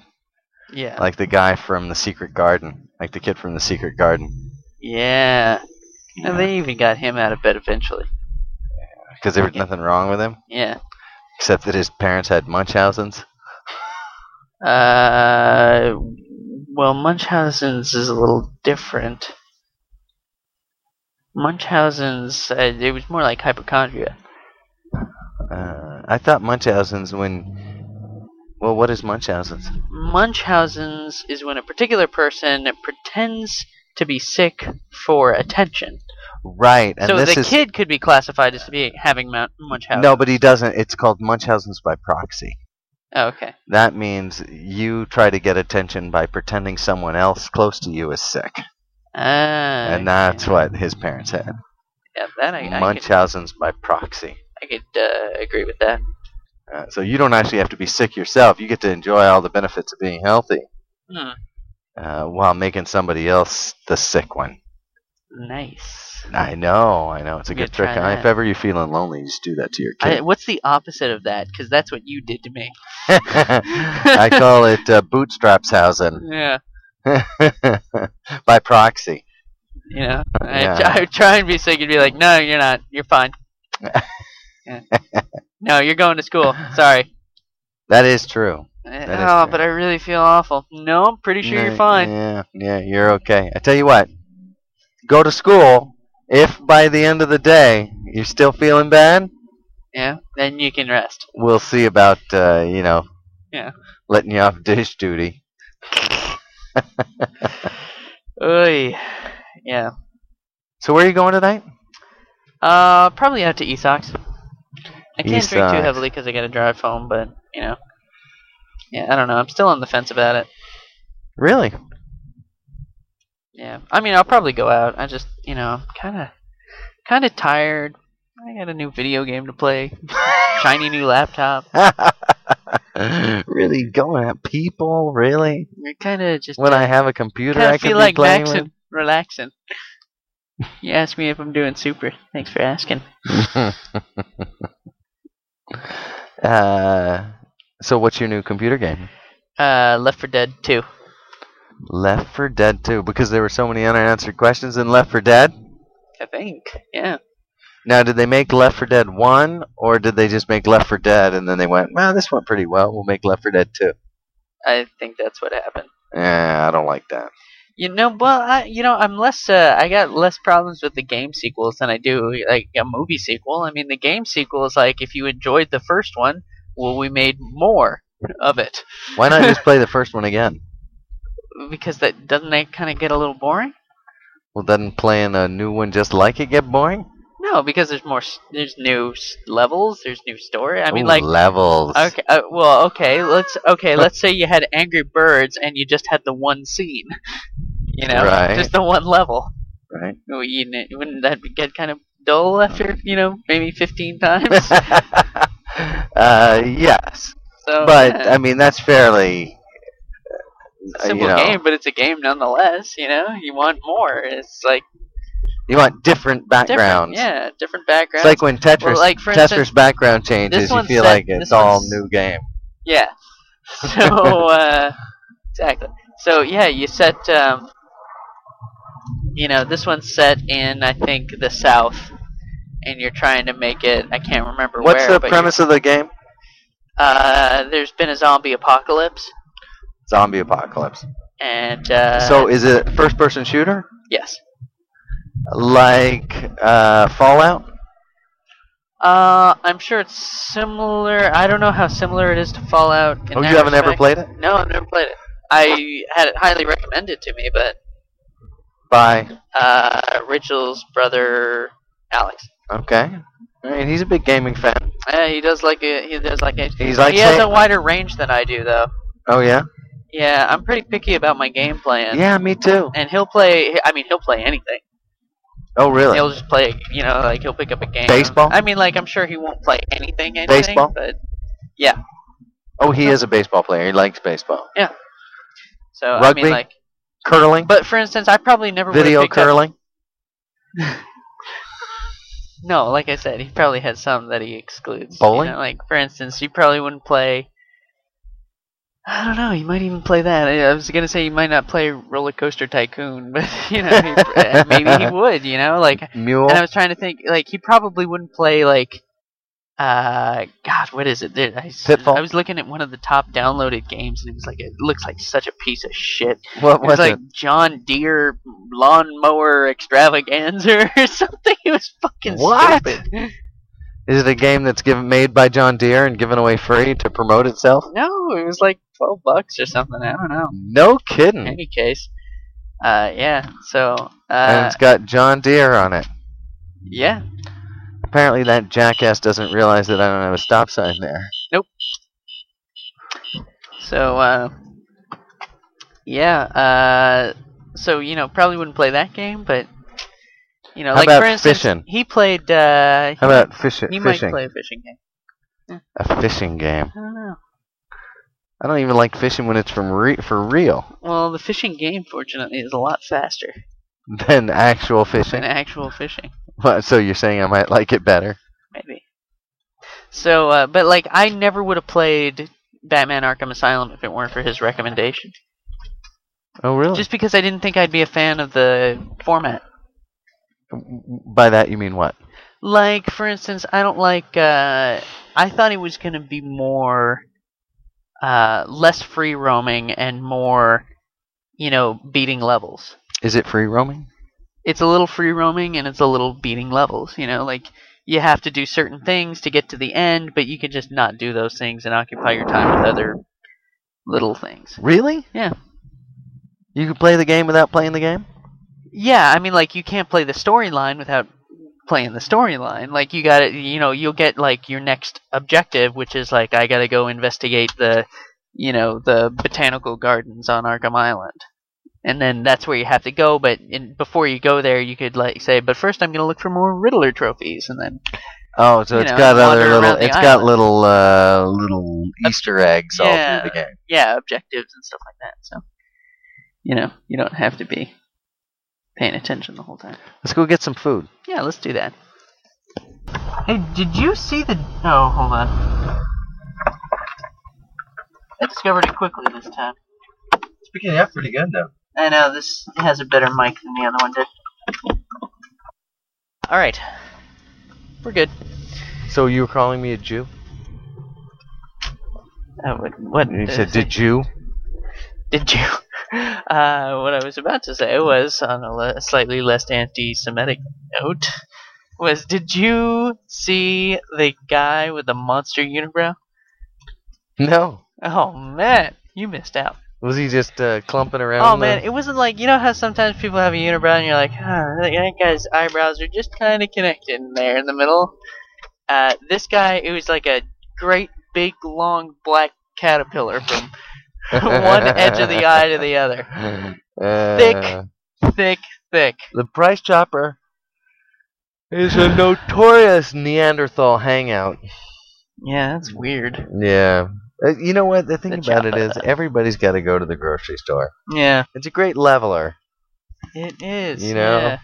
B: yeah,
A: like the guy from the Secret Garden, like the kid from the Secret Garden,
B: yeah. And they even got him out of bed eventually.
A: because there was nothing wrong with him
B: Yeah.
A: except that his parents had Munchausen's.
B: Uh, well, Munchausen's is a little different. Munchausen's, uh, it was more like hypochondria.
A: Uh, I thought Munchausen's when. Well, what is Munchausen's?
B: Munchausen's is when a particular person pretends to be sick for attention.
A: Right, and
B: so
A: this
B: the
A: is
B: kid could be classified as being having Mount Munchausen.
A: no, but he doesn't. It's called Munchausen's by proxy.
B: Oh, okay.
A: That means you try to get attention by pretending someone else close to you is sick,
B: Ah,
A: and that's
B: okay.
A: what his parents had.
B: Yeah, that I, I could,
A: Munchausen's by proxy.
B: I could uh, agree with that.
A: Uh, so you don't actually have to be sick yourself. You get to enjoy all the benefits of being healthy
B: Hmm.
A: uh, while making somebody else the sick one.
B: Nice.
A: I know, I know. It's a
B: I'm gonna
A: good trick.
B: try
A: If
B: that.
A: ever you're feeling lonely, you just do that to your
B: I, (laughs)
A: kid. (laughs)
B: what's the opposite of that? Because that's what you did to me.
A: I, call it uh, bootstraps housing (laughs)
B: Yeah.
A: by proxy.
B: You know, I,
A: Yeah.
B: try, I try and be sick and be like, no, you're not.
A: (laughs)
B: You're fine. Yeah. No, you're going to school. Sorry.
A: That is true.
B: Eh,
A: That is
B: Oh,
A: true.
B: but I really feel awful. No, I'm pretty sure
A: Yeah,
B: you're fine.
A: Yeah, yeah, you're okay. I tell you what, go to school. If by the end of the day you're still feeling bad,
B: Yeah. Then you can rest.
A: we'll see about uh, you know,
B: Yeah.
A: letting you off dish duty.
B: Oy. Yeah.
A: So where are you going tonight?
B: Uh, probably out to Esox. I can't drink too
A: Esox.
B: heavily because I got to drive home, but you know, yeah, I don't know. I'm still on the fence about it.
A: Really? (laughs)
B: Yeah, I mean, I'll probably go out. I just, you know, I'm kind of, kind of tired. I got a new video game to play, shiny new laptop.
A: (laughs) really going at people? Really?
B: You're kind of just
A: When I have a computer,
B: kind
A: I
B: of
A: can be
B: feel like
A: playing
B: relaxing. relaxing. You asked me if I'm doing super. Thanks for asking.
A: with? uh, so what's your new computer game?
B: Uh, Left for Dead 2.
A: Left for Dead 2, because there were so many unanswered questions in Left for Dead.
B: I think. Yeah.
A: Now, did they make Left for Dead 1, or did they just make Left for Dead and then they went, well, this went pretty well, we'll make Left for Dead 2?
B: I think that's what happened.
A: Yeah, I don't like that.
B: You know, well, I, you know, I'm less. Uh, I got less problems with the game sequels than I do like a movie sequel. I mean, the game sequel is like if you enjoyed the first one, well, we made more of it
A: Why not just play the first one again?
B: because that doesn't that kind of get a little boring?
A: Well, doesn't playing a new one just like it get boring?
B: No, because there's more. s- There's new s- levels. There's new story. I mean,
A: Ooh,
B: like.
A: levels.
B: Okay. Uh, well, okay. Let's okay. Let's say you had Angry Birds and you just had the one scene, you know,
A: Right.
B: just the one level.
A: Right.
B: Well, you kn- Wouldn't that be- get kind of dull after you know maybe 15 times?
A: (laughs) uh, yes,
B: So,
A: but
B: yeah,
A: I mean that's fairly.
B: it's
A: uh,
B: a simple
A: you know,
B: game, but it's a game nonetheless. You know, you want more. It's like
A: You want different
B: different,
A: backgrounds.
B: yeah, different
A: It's
B: backgrounds.
A: like when Tetris,
B: Well, like, for
A: Tetris
B: instance,
A: background changes, you
B: one's
A: feel
B: set-
A: like it's
B: this
A: all
B: one's-
A: new game.
B: yeah. (laughs) So uh, exactly. So yeah, you set. Um, you know, this one's set in I think the south, and you're trying to make it. I can't remember
A: What's
B: where.
A: the
B: but you're-
A: premise of the game?
B: Uh, there's been a zombie apocalypse,
A: Zombie apocalypse.
B: and uh,
A: so is it first person shooter
B: yes.
A: like uh, Fallout?
B: Uh, I'm sure it's similar. I don't know how similar it is to Fallout. In
A: Oh,
B: that
A: you haven't ever
B: respect.
A: played it?
B: No, I've never played it. I had it highly recommended to me, but
A: Bye.
B: uh, Rachel's brother Alex,
A: Okay. All right, he's a big gaming fan.
B: uh, he does like a, he does like a,
A: He's like
B: he has
A: say-
B: a wider range than I do, though.
A: Oh yeah.
B: Yeah, I'm pretty picky about my game plan.
A: Yeah, me too.
B: And he'll play. I mean, he'll play anything.
A: Oh really?
B: He'll just play. You know, like he'll pick up a game.
A: Baseball?
B: I mean, like I'm sure he won't play anything. anything
A: Baseball?
B: But
A: Oh, he is a baseball player. He likes baseball.
B: so I
A: Rugby?
B: mean, like.
A: Curling.
B: But for instance, I probably never would've
A: Video
B: picked up-
A: curling.
B: No, like I said, he probably has some that he excludes. you
A: Bowling?
B: know, like for instance, he probably wouldn't play. I don't know. He might even play that. I, I was gonna say he might not play Roller Coaster Tycoon, (laughs) but you know, he, uh, maybe
A: (laughs)
B: he would. You know, like.
A: Mule.
B: And I was trying to think, like he probably wouldn't play like. Uh, God, what is it? There, I, s-
A: Pitfall?
B: I was looking at one of the top downloaded games, and it was like it looks like such a piece of shit.
A: (laughs) What
B: It was
A: was
B: like
A: it?
B: John Deere (laughs) lawnmower extravaganza or something. It was fucking
A: What?
B: stupid. (laughs)
A: Is it a game that's given made by John Deere and given away free to promote itself?
B: No, it was like twelve bucks or something. I don't know.
A: No
B: In
A: kidding.
B: any case, uh, yeah. So
A: and
B: uh,
A: it's got John Deere on it.
B: yeah,
A: Apparently, that jackass doesn't realize that I don't have a stop sign there.
B: So, uh, yeah, uh, so, you know, probably wouldn't play that game, but, you know,
A: How
B: like,
A: about
B: for instance,
A: fishing?
B: he played, uh,
A: How
B: he-
A: about fishi-
B: he might
A: fishing?
B: play a fishing game.
A: A fishing game.
B: I don't know.
A: I don't even like fishing when it's from re- for real
B: Well, the fishing game, fortunately, is a lot faster
A: than actual
B: than (laughs)
A: fishing.
B: actual fishing,
A: Well, So you're saying I might like it better?
B: maybe. So, uh, but, like, I never would have played Batman Arkham Asylum if it weren't for his recommendation.
A: Oh, really?
B: Just because I didn't think I'd be a fan of the format.
A: By that you mean what?
B: like for instance i don't like uh i thought it was going to be more uh less free roaming and more you know beating levels
A: Is it free roaming?
B: it's a little free roaming and it's a little beating levels you know like you have to do certain things to get to the end but you can just not do those things and occupy your time with other little things
A: Really?
B: Yeah.
A: You can play the game without playing the game?
B: Yeah, I mean, like you can't play the storyline without playing the storyline. Like you got to, you know, you'll get like your next objective, which is like I got to go investigate the, you know, the botanical gardens on Arkham Island, and then that's where you have to go. But in, before you go there, you could like say, but first I'm gonna look for more Riddler trophies, and then
A: Oh, so
B: You
A: it's
B: know,
A: got
B: wander
A: other little
B: around the
A: it's got
B: island.
A: little uh little Easter eggs all
B: Yeah.
A: through the game.
B: yeah, objectives and stuff like that. So, you know, you don't have to be paying attention the whole time.
A: Let's go get some food.
B: Yeah, let's do that. Hey, did you see the? Oh, hold on. I discovered it quickly this time.
A: It's picking up pretty good though.
B: I know this has a better mic than the other one did. All right, we're good.
A: So you were calling me a Jew?
B: Uh, what? what
A: And you
B: uh,
A: said did you?
B: did you? (laughs) Uh, what I was about to say was on a le- slightly less anti-Semitic note. Was did you see the guy with the monster unibrow?
A: (laughs) No.
B: Oh man, you missed out.
A: Was he just uh, clumping around?
B: Oh
A: the- (laughs)
B: man, (laughs) it wasn't like you know how sometimes people have a unibrow and you're like, ah, that guy's eyebrows are just kind of connected in there in the middle. Uh, this guy, it was like a great big long black caterpillar from (laughs) one edge
A: (laughs)
B: of the eye to the other,
A: Uh,
B: Thick. thick, thick.
A: The Price Chopper is a notorious Neanderthal hangout.
B: Yeah, that's weird.
A: Yeah. Uh, You know what? The thing
B: The
A: about it is
B: chopper.
A: everybody's got to go to the grocery store.
B: Yeah,
A: It's a great leveler.
B: it is.
A: You know,
B: yeah.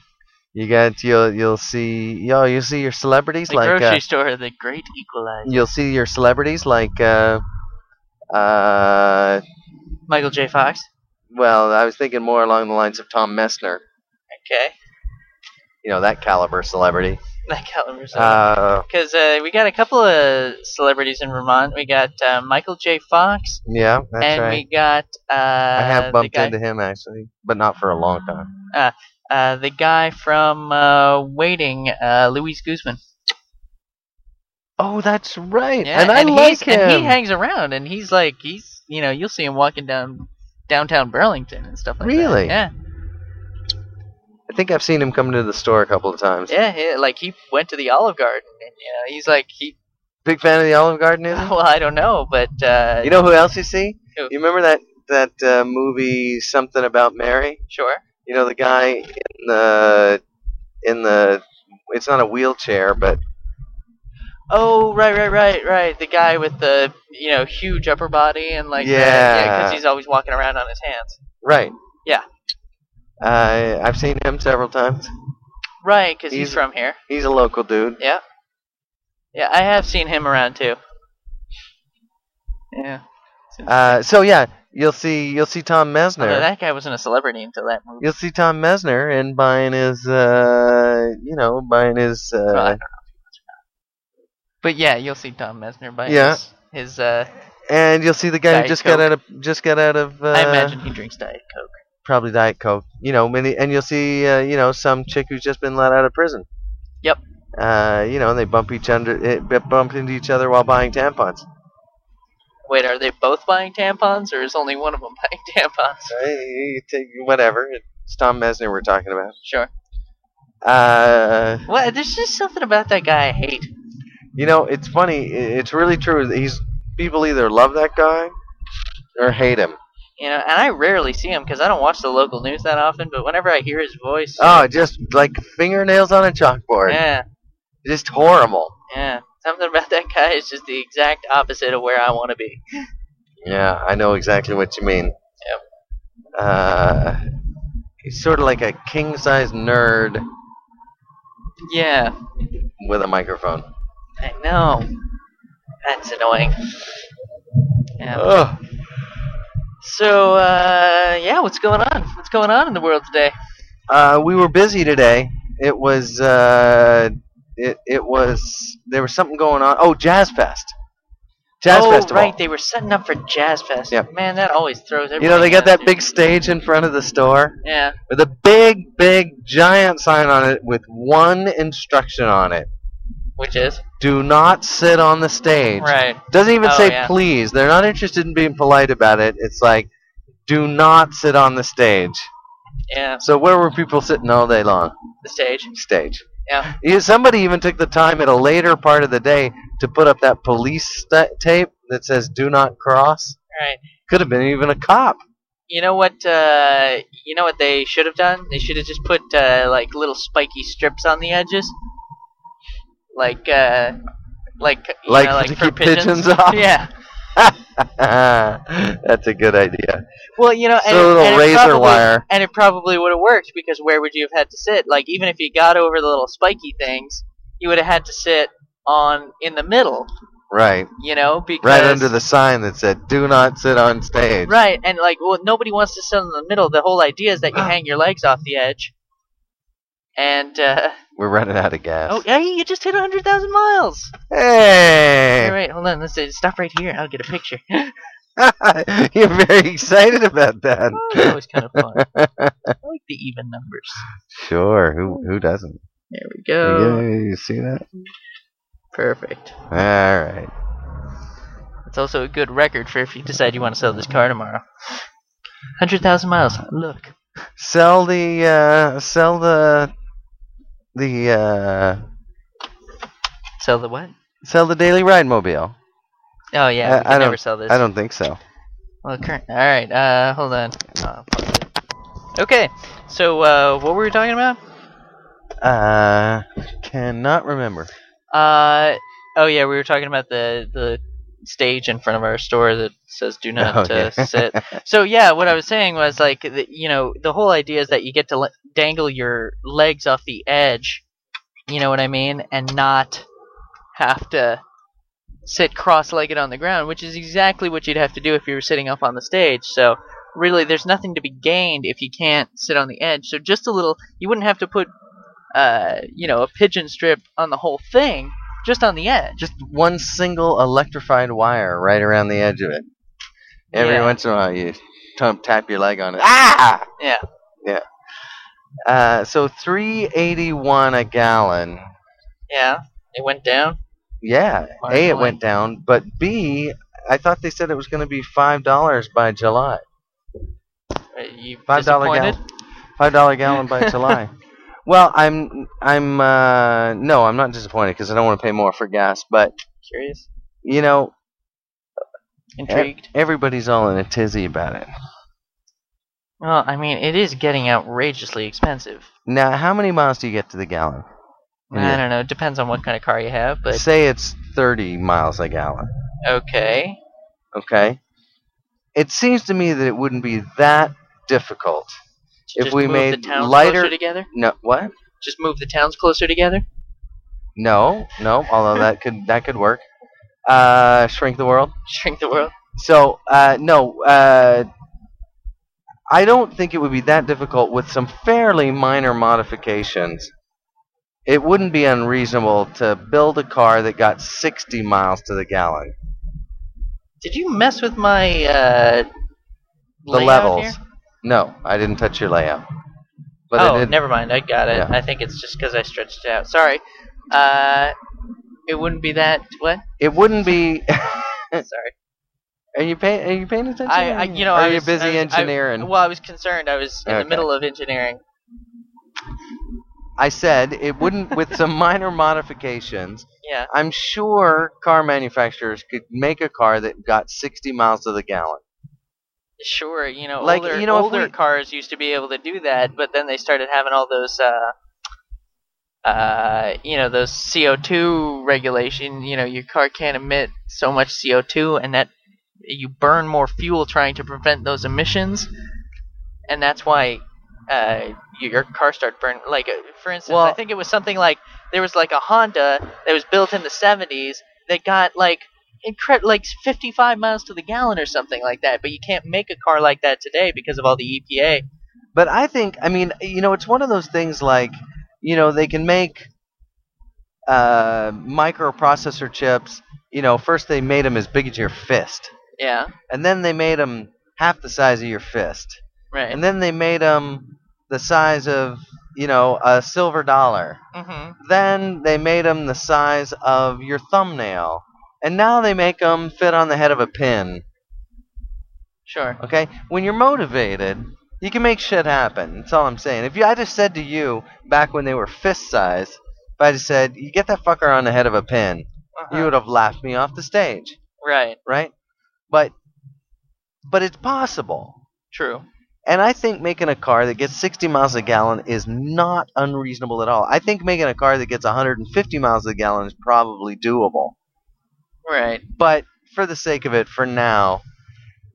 A: You got you'll you'll see yo you see your celebrities
B: the
A: like
B: grocery
A: uh,
B: store, the great equalizer.
A: you'll see your celebrities like uh uh
B: Michael J. Fox.
A: well I was thinking more along the lines of Tom Messner,
B: Okay,
A: you know that caliber celebrity.
B: that caliber's.
A: Uh
B: because uh, we got a couple of celebrities in Vermont. We got uh, Michael J. Fox,
A: yeah, that's
B: and
A: right.
B: we got uh,
A: I have bumped
B: the guy,
A: into him actually, but not for a long time.
B: uh, the guy from uh, Waiting, uh, Luis Guzman.
A: Oh, that's right.
B: Yeah,
A: and I like
B: he's-
A: him.
B: And he hangs around, and he's like he's you know you'll see him walking down downtown Burlington and stuff like
A: Really?
B: that.
A: I think I've seen him come to the store a couple of times.
B: Yeah, yeah, he- like he went to the Olive Garden, and you know he's like he.
A: Big fan of the Olive Garden, is he?
B: (laughs) Well, I don't know, but uh,
A: You know Oh, who else you see?
B: Who?
A: You remember that that uh, movie something about Mary?
B: sure.
A: You know the guy in the in the it's not a wheelchair, but
B: Oh, right, right, right, right. The guy with the you know huge upper body and like the- yeah, because
A: Yeah.
B: he's always walking around on his hands.
A: right.
B: Yeah.
A: Uh, I've seen him several times.
B: Right, because
A: He's-
B: he's from here.
A: He's a local dude.
B: Yeah, I have seen him around too. Yeah.
A: Uh, so yeah, you'll see you'll see Tom
B: Although
A: Mesner.
B: that guy wasn't a celebrity until that movie.
A: You'll see Tom Mesner and buying his uh, you know buying his
B: Well, I
A: uh,
B: don't know. But yeah, you'll see Tom Mesner by
A: Yeah.
B: his, his uh,
A: and you'll see the guy who
B: Diet
A: just
B: Coke.
A: got out of just got out of. Uh,
B: I imagine he drinks Diet Coke.
A: probably oh, Diet Coke. You know, many, and you'll see, uh, you know, some chick who's just been let out of prison.
B: Yep.
A: Uh, you know, they bump each under, eh, b- bumped into each other while buying tampons.
B: Wait, are they both buying tampons, or is only one of them (laughs) buying tampons?
A: Eh, eh, take- Whatever. It's Tom Mesner we're talking about.
B: Sure.
A: Uh,
B: What? There's just something about that guy I hate.
A: you know, it's funny. i- It's really true. He's people either love that guy or hate him.
B: You know, and I rarely see him because I don't watch the local news that often. But whenever I hear his voice,
A: Oh, just like fingernails on a chalkboard.
B: yeah,
A: Just horrible.
B: yeah, something about that guy is just the exact opposite of where I want to be.
A: Yeah, I know exactly what you mean. Yep. Uh, he's sort of like a king size nerd
B: Yeah,
A: with a microphone.
B: I know. That's annoying. Yeah.
A: Ugh.
B: So, uh, yeah, what's going on? What's going on in the world today?
A: Uh, we were busy today. It was uh, it it was there was something going on. Oh, Jazz Fest. Jazz
B: oh,
A: Festival.
B: right, they were setting up for Jazz Fest.
A: Yep.
B: Man, that always throws
A: You
B: everything.
A: know, they got
B: out,
A: that
B: dude.
A: big stage in front of the store
B: Yeah.
A: with a big, big, giant sign on it with one instruction on it.
B: Which is
A: Do not sit on the stage.
B: right.
A: Doesn't even
B: Oh,
A: say
B: yeah.
A: please. They're not interested in being polite about it. It's like, do not sit on the stage.
B: Yeah.
A: So where were people sitting all day long?
B: The stage.
A: Stage.
B: Yeah.
A: Yeah, Somebody even took the time at a later part of the day to put up that police sta tape that says "Do not cross."
B: Right.
A: Could have been even a cop. (laughs)
B: You know what? Uh, you know what they should have done? They should have just put uh, like little spiky strips on the edges, like uh, like you
A: Like,
B: know, like
A: to
B: for
A: keep pigeons off?
B: (laughs) Yeah.
A: That's a good idea.
B: Well, you know,
A: So
B: and it,
A: a little
B: and it
A: razor
B: probably,
A: wire.
B: and it probably would have worked because where would you have had to sit? Like even if you got over the little spiky things, you would have had to sit on in the middle.
A: Right,
B: You know, because
A: right under the sign that said "Do not sit on stage."
B: Right, and like, well, nobody wants to sit in the middle. The whole idea is that
A: Ah.
B: you hang your legs off the edge. And uh,
A: We're running out of gas.
B: oh, hey, you just hit hundred thousand miles. All
A: Hey!
B: right, hold on, let's uh, stop right here. I'll get
A: (laughs)
B: a picture. oh,
A: You're very excited about that.
B: (laughs) that was kind of fun. I like the even numbers.
A: (laughs) Sure.
B: Oh.
A: Who who doesn't?
B: There we go.
A: Yeah, you see that?
B: Perfect.
A: All right.
B: It's also a good record for if you decide you want to sell this car tomorrow. Hundred thousand miles. Look.
A: Sell the uh, sell the the uh,
B: Sell the what?
A: sell the daily ride mobile.
B: Oh
A: I-
B: yeah, we
A: I
B: can never
A: don't-
B: sell this.
A: I don't think so.
B: Well, current. All right. Uh, hold on. Uh, pause it. okay. So, uh, what were we talking about?
A: Uh, cannot remember.
B: Uh, oh yeah, we were talking about the the stage in front of our store that says "Do not
A: Oh,
B: uh,
A: yeah.
B: (laughs) sit." So yeah, what I was saying was like, the, you know, the whole idea is that you get to le- dangle your legs off the edge. You know what I mean, and not have to sit cross-legged on the ground, which is exactly what you'd have to do if you were sitting up on the stage. So really, there's nothing to be gained if you can't sit on the edge. So just a little, you wouldn't have to put, uh, you know, a pigeon strip on the whole thing, just on the edge.
A: Just one single electrified wire right around the edge of it. Every
B: Yeah.
A: once in a while, you tump, tap your leg on it. Ah!
B: Yeah.
A: Yeah. Uh, so three eighty one a gallon.
B: Yeah, it went down.
A: Yeah. A, it
B: Marginally.
A: went down, but B, I thought they said it was going to be five dollars by July.
B: Uh, You
A: Five dollar
B: disappointed?
A: gallon. Five dollar gallon by (laughs) July. Well, I'm I'm uh, no, I'm not disappointed because I don't want to pay more for gas. But
B: Curious,
A: you know,
B: intrigued.
A: everybody's all in a tizzy about it.
B: Well, I mean, it is getting outrageously expensive.
A: Now, how many miles do you get to the gallon?
B: I
A: Yeah.
B: don't know. It depends on what kind of car you have, but
A: Say it's thirty miles a gallon.
B: okay.
A: Okay. It seems to me that it wouldn't be that difficult.
B: To
A: If
B: just
A: we
B: move
A: made
B: the towns
A: lighter-
B: closer together,
A: No, what?
B: just move the towns closer together. (laughs)
A: No, no. Although that could that could work. Uh, shrink the world.
B: Shrink the world.
A: So uh, no, uh, I don't think it would be that difficult with some fairly minor modifications. It wouldn't be unreasonable to build a car that got 60 miles to the gallon.
B: Did you mess with my uh,
A: The
B: layout
A: levels.
B: here?
A: No, I didn't touch your layout. But I
B: oh,
A: did,
B: never mind. I got it.
A: Yeah.
B: I think it's just because I stretched it out. Sorry. uh, it wouldn't be that. What?
A: It wouldn't be. (laughs) Eh.
B: Sorry.
A: Are you paying? Are you paying attention?
B: I, I you know,
A: Or
B: I
A: are you
B: was
A: busy
B: I was- I-
A: engineering?
B: well, I was concerned. I was in the
A: Okay.
B: middle of engineering.
A: I said it wouldn't with some minor modifications.
B: Yeah.
A: I'm sure car manufacturers could make a car that got 60 miles to the gallon.
B: Sure, you know,
A: Like,
B: older,
A: you know, if
B: older
A: we-
B: cars used to be able to do that, but then they started having all those, uh, uh, you know, those CO2 regulation. You know, your car can't emit so much CO2, and that you burn more fuel trying to prevent those emissions, and that's why uh, your your car started burning. Like, uh, for instance, I
A: Well-
B: think it was something like there was like a Honda that was built in the 70s that got like incre- like 55 miles to the gallon or something like that. But you can't make a car like that today because of all the E EPA.
A: But I think, I mean, you know, it's one of those things like, you know, they can make uh, microprocessor chips. You know, first they made them as big as your fist,
B: Yeah,
A: and then they made them half the size of your fist,
B: right.
A: and then they made them the size of, you know, a silver dollar.
B: mm-hmm.
A: Then they made them the size of your thumbnail. And now they make them fit on the head of a pin.
B: Sure.
A: Okay? When you're motivated, you can make shit happen. That's all I'm saying. If you, I just said to you back when they were fist size, if I just said, you get that fucker on the head of a pin, you
B: Uh-huh.
A: would have laughed me off the stage,
B: Right.
A: right? But, but it's possible.
B: True.
A: And I think making a car that gets 60 miles a gallon is not unreasonable at all. I think making a car that gets 150 miles a gallon is probably doable.
B: Right.
A: But for the sake of it, for now,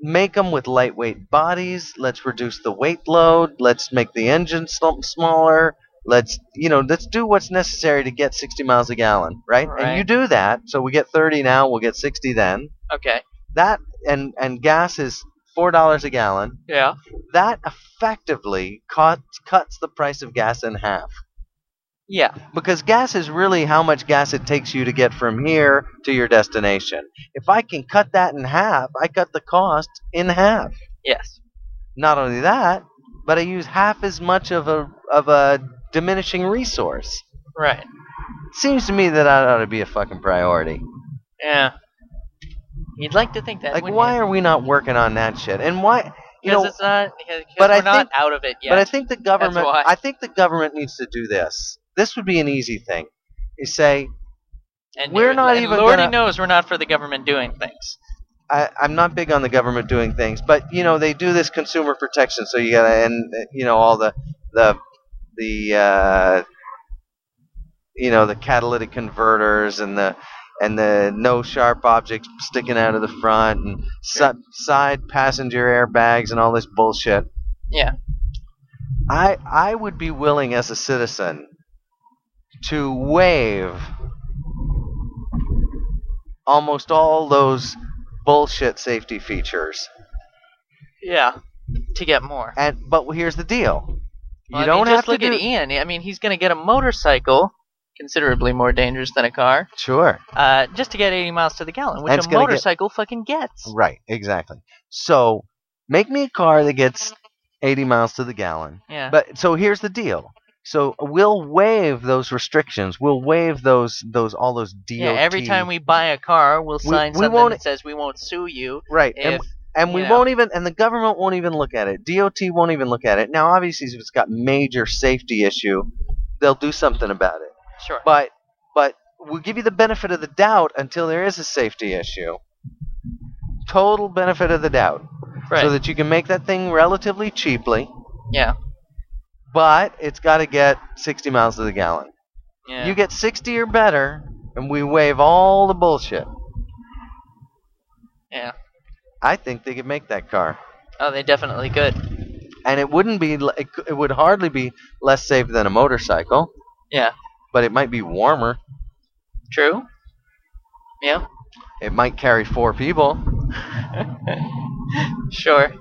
A: make them with lightweight bodies. Let's reduce the weight load. Let's make the engine sl- smaller. Let's you know let's do what's necessary to get 60 miles a gallon, right?
B: Right.
A: And you do that, so we get 30 now. We'll get 60 then.
B: Okay.
A: That and and gas is four dollars a gallon
B: Yeah.
A: that effectively cut, cuts the price of gas in half.
B: Yeah.
A: Because gas is really how much gas it takes you to get from here to your destination. If I can cut that in half, I cut the cost in half.
B: Yes.
A: Not only that, but I use half as much of a, of a diminishing resource.
B: Right.
A: Seems to me that that ought to be a fucking priority.
B: Yeah. You'd like to think that.
A: Like,
B: wouldn't
A: why
B: you?
A: are we not working on that shit? And why, you
B: Because
A: know,
B: it's not. Because, because
A: but
B: we're
A: I
B: not
A: think-
B: out of it yet.
A: But I think the government
B: why.
A: I think the government needs to do this. This would be an easy thing. You say,
B: and
A: we're
B: you're-
A: not
B: and
A: even
B: Lordy
A: gonna-
B: knows we're not for the government doing things.
A: I, I'm not big on the government doing things, but you know, they do this consumer protection, so you gotta and uh, you know, all the the the uh, you know, the catalytic converters and the and the no sharp objects sticking out of the front and si- side passenger airbags and all this bullshit.
B: Yeah.
A: I I would be willing as a citizen to waive almost all those bullshit safety features.
B: Yeah. To get more.
A: And but here's the deal.
B: Well,
A: you
B: I mean,
A: don't
B: just
A: have to
B: look
A: do
B: at Ian. I mean, he's going to get a motorcycle, considerably more dangerous than a car,
A: Sure.
B: uh, just to get 80 miles to the gallon, which
A: And it's
B: a
A: gonna get-
B: motorcycle fucking gets.
A: Right, exactly. So, make me a car that gets 80 miles to the gallon.
B: Yeah.
A: But so here's the deal. So we'll waive those restrictions. We'll waive those those all those DOT.
B: yeah. Every time we buy a car, we'll
A: We-
B: sign
A: we
B: something
A: won't-
B: that says we won't sue you
A: right and
B: if
A: And we
B: you know.
A: won't even, and the government won't even look at it. DOT won't even look at it. Now, obviously, if it's got major safety issue, they'll do something about it.
B: sure.
A: But, but we'll give you the benefit of the doubt until there is a safety issue. Total benefit of the doubt,
B: right.
A: so that you can make that thing relatively cheaply.
B: yeah.
A: But it's got to get 60 miles to the gallon.
B: Yeah.
A: You get 60 or better, and we waive all the bullshit.
B: yeah.
A: I think they could make that car.
B: Oh, they definitely could.
A: and it wouldn't be le- it, cou- it would hardly be less safe than a motorcycle
B: Yeah.
A: but it might be warmer
B: True. Yeah.
A: it might carry four people
B: Sure.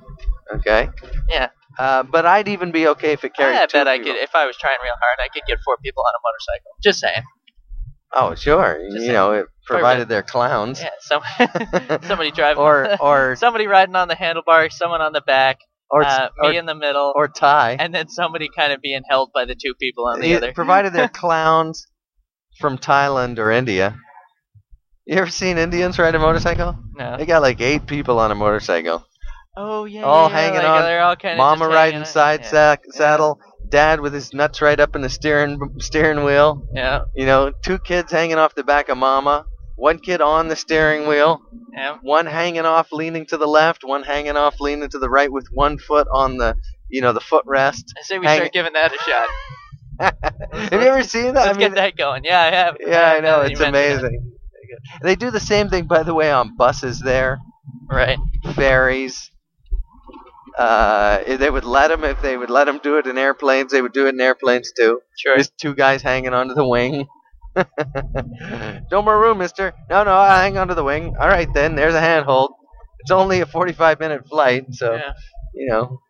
A: okay
B: Yeah.
A: uh, but i'd even be okay if it carried
B: I
A: two
B: bet I
A: people.
B: could, if I was trying real hard, I could get four people on a motorcycle.
A: (laughs)
B: Just saying.
A: oh sure
B: Just
A: you know it provided
B: Perfect.
A: they're clowns (laughs)
B: Yeah. Some, (laughs) somebody driving.
A: or or
B: (laughs) somebody riding on the handlebar, someone on the back,
A: or
B: uh,
A: or,
B: me in the middle,
A: or tie
B: and then somebody kind of being held by the two people on the
A: Yeah,
B: (laughs) other.
A: provided they're clowns from Thailand or India. You ever seen Indians ride a motorcycle?
B: No.
A: They got like eight people on a motorcycle.
B: Oh yeah.
A: all
B: yeah,
A: hanging
B: like,
A: on.
B: They're all kind
A: Mama
B: of
A: riding side
B: yeah.
A: sack, saddle. Dad with his nuts right up in the steering steering wheel.
B: Yeah.
A: You know, two kids hanging off the back of mama. One kid on the steering wheel.
B: Yeah.
A: One hanging off, leaning to the left. One hanging off, leaning to the right, with one foot on the you know the footrest.
B: I say we
A: Hang-
B: start giving that a shot.
A: Have you ever seen that?
B: Uh-huh. Let's
A: (laughs) I mean,
B: get that going. Yeah, I have.
A: yeah, I
B: (laughs)
A: know
B: that
A: it's
B: you mentioned
A: amazing. They do the same thing, by the way, on buses there.
B: it. Right.
A: ferries. Uh, if they would let them if they would let them do it in airplanes. They would do it in airplanes too.
B: Sure.
A: Just two guys hanging onto the wing. (laughs) no more room, Mister. No, no, I hang onto the wing. All right, then. There's a handhold. It's only a 45 minute flight, so
B: yeah.
A: you
B: (laughs)
A: know.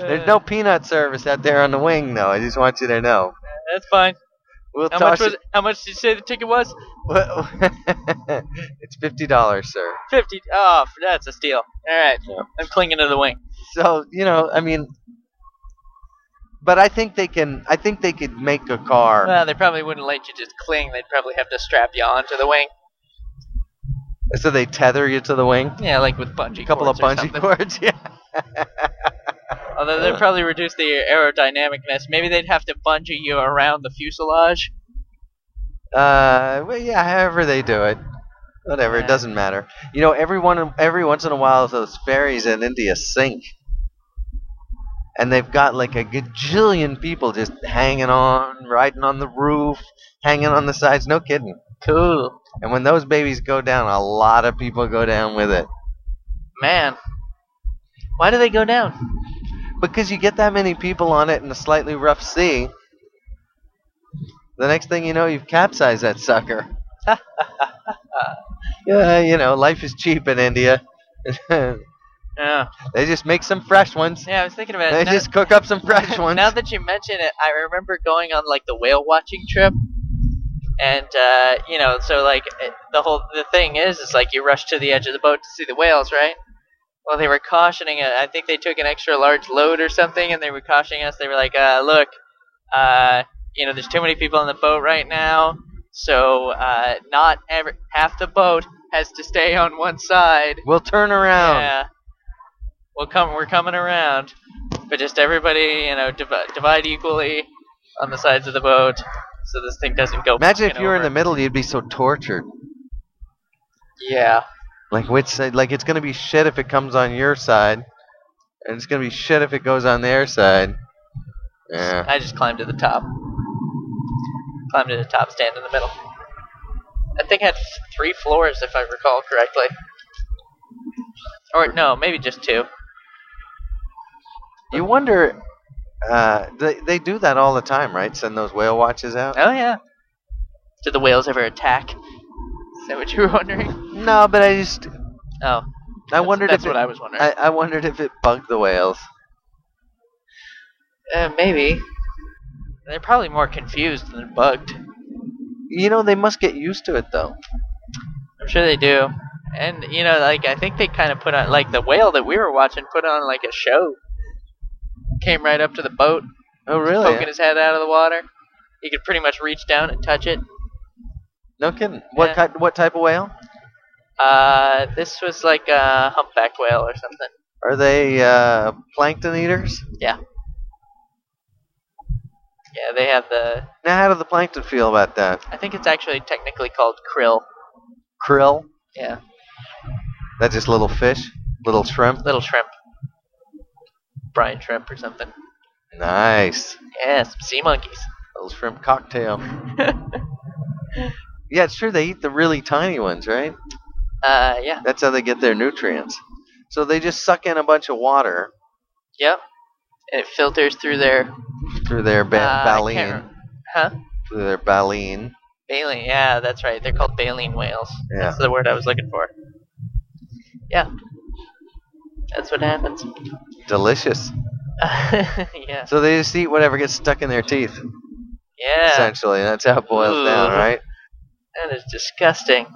A: There's no peanut service out there on the wing, though. I just want you to know.
B: That's fine.
A: We'll
B: How much
A: toss
B: was? How much did you say the ticket was?
A: it. (laughs) it's fifty dollars, sir.
B: Fifty. Oh, that's a steal. All right.
A: Yeah.
B: I'm clinging to the wing.
A: so you know i mean but i think they can i think they could make a car
B: Well, they probably wouldn't let you just cling. They'd probably have to strap you onto the wing.
A: so they tether you to the wing
B: Yeah, like with bungee.
A: a couple of
B: cords or
A: bungee
B: something.
A: cords (laughs) yeah
B: Although they'd probably reduce the aerodynamicness. Maybe they'd have to bungee you around the fuselage.
A: uh well yeah however they do it whatever
B: Yeah.
A: it doesn't matter you know everyone every once in a while those ferries in india sink and they've got like a gajillion people just hanging on riding on the roof hanging on the sides no kidding
B: Cool.
A: and when those babies go down a lot of people go down with it
B: Man. Why do they go down?
A: Because you get that many people on it in a slightly rough sea, the next thing you know, you've capsized that sucker. (laughs) yeah, you know, life is cheap in India. (laughs) they
B: Yeah.
A: just make some fresh ones.
B: Oh. Yeah, I was thinking about
A: They
B: it. Now-
A: just cook up
B: (laughs)
A: some fresh ones.
B: Now that you mention it, I remember going on like the whale watching trip, and uh, you know, so like it, the whole the thing is, is like you rush to the edge of the boat to see the whales, right? Well, they were cautioning it. I think they took an extra large load or something, and they were cautioning us. They were like, uh, "Look, uh, you know, there's too many people on the boat right now, so uh, not every half the boat has to stay on one side."
A: we'll turn around.
B: Yeah. We'll come. We're coming around, but just everybody, you know, divide, divide equally on the sides of the boat, so this thing doesn't go.
A: Imagine if
B: fucking
A: you were in the
B: over.
A: middle, you'd be so tortured.
B: Yeah.
A: Like which side? Like it's gonna be shit if it comes on your side, and it's gonna be shit if it goes on their side. Yeah.
B: I just climbed to the top. Climbed to the top, stand in the middle. That thing had f- three floors, if I recall correctly. Or no, maybe just two.
A: You wonder. Uh, they they do that all the time, right? Send those whale watches out.
B: Oh yeah. Did the whales ever attack? Is that what you were wondering?
A: No, but I just
B: Oh,
A: I wondered
B: that's
A: if
B: what
A: it,
B: I was wondering.
A: I, I wondered if it bugged the whales.
B: Uh, maybe. They're probably more confused than bugged.
A: You know, they must get used to it though.
B: I'm sure they do. And you know, like I think they kind of put on like the whale that we were watching put on like a show. Came right up to the boat,
A: Oh, really?
B: poking his head out of the water. He could pretty much reach down and touch it.
A: No kidding. What
B: Yeah.
A: ki- what type of whale?
B: Uh, this was like a humpback whale or something.
A: Are they uh, plankton eaters?
B: Yeah, they have the.
A: Now, how do the plankton feel about that?
B: I think it's actually technically called krill.
A: Krill?
B: Yeah,
A: That's just little fish, little shrimp.
B: little shrimp, brine shrimp or something.
A: Nice,
B: Yeah, some sea monkeys.
A: little shrimp
B: (laughs)
A: cocktail. yeah, it's true. They eat the really tiny ones, right?
B: Uh, yeah,
A: That's how they get their nutrients. So they just suck in a bunch of water
B: yep. And it filters through their
A: through their ba-
B: Uh, I can't
A: baleen,
B: rem- Huh?
A: through their baleen.
B: Baleen. Yeah, that's right. They're called baleen whales.
A: Yeah.
B: That's the word I was looking for. Yeah. That's what happens. (laughs)
A: Delicious.
B: yeah.
A: So they just eat whatever gets stuck in their teeth,
B: Yeah.
A: essentially. That's how it boils down,
B: Ooh.
A: right?
B: That is disgusting.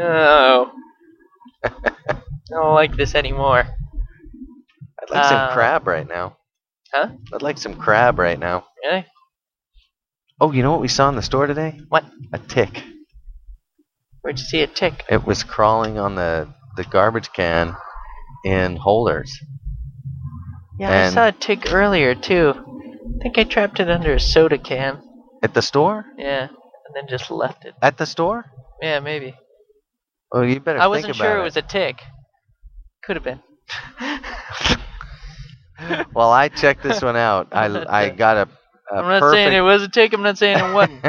A: Uh. (laughs)
B: No. I don't like this anymore.
A: I'd like some
B: Uh,
A: crab right now.
B: Huh?
A: I'd like some crab right now.
B: Really?
A: Oh, you know what we saw in the store today?
B: What?
A: A tick.
B: Where'd you see a tick?
A: It was crawling on the, the garbage can in holders.
B: Yeah,
A: And-
B: I saw a tick earlier too. I think I trapped it under a soda can.
A: At the store?
B: Yeah, and then just left it.
A: At the store?
B: Yeah, maybe.
A: Oh, you better
B: I
A: think
B: wasn't
A: about
B: sure
A: it.
B: it was a tick. Could have been.
A: Well, I checked this one out. I, I
B: (laughs)
A: got a, a
B: I'm not saying it
A: perfect.
B: was a tick. I'm not saying it
A: (laughs)
B: wasn't.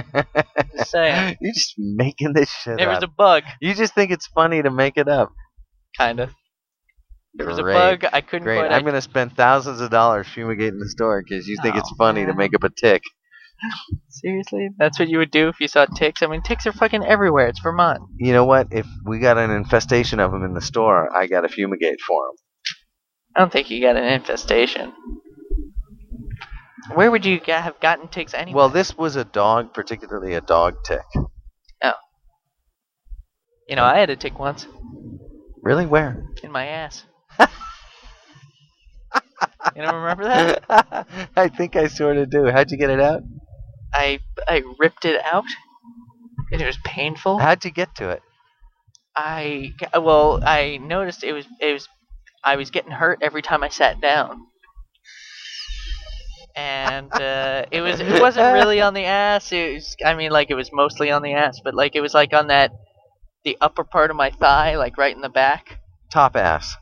B: Just saying.
A: You're just making this shit
B: There
A: up.
B: was a bug,
A: You just think it's funny to make it up.
B: kind of. There was a
A: Great,
B: bug. I couldn't
A: Great.
B: quite.
A: I'm going to spend thousands of dollars fumigating the store because you think it's
B: Oh,
A: funny to
B: man.
A: make up a tick.
B: Seriously, that's what you would do if you saw ticks. I mean, ticks are fucking everywhere. It's Vermont.
A: You know what? If we got an infestation of them in the store, I got to fumigate for them.
B: I don't think you got an infestation. Where would you ga- have gotten ticks anyway?
A: Well, this was a dog, particularly a dog tick.
B: you know, I had a tick once
A: Really?
B: (laughs)
A: Where? (laughs)
B: in my ass. you don't remember that?
A: I think I sort of do. How'd you get it out?
B: I I ripped it out, and it was painful.
A: How'd you get to it?
B: I well, I noticed it was it was I was getting hurt every time I sat down, and uh, it was it wasn't really on the ass. It was I mean like it was mostly on the ass, but like it was like on that the upper part of my thigh, like right in the back,
A: Top ass.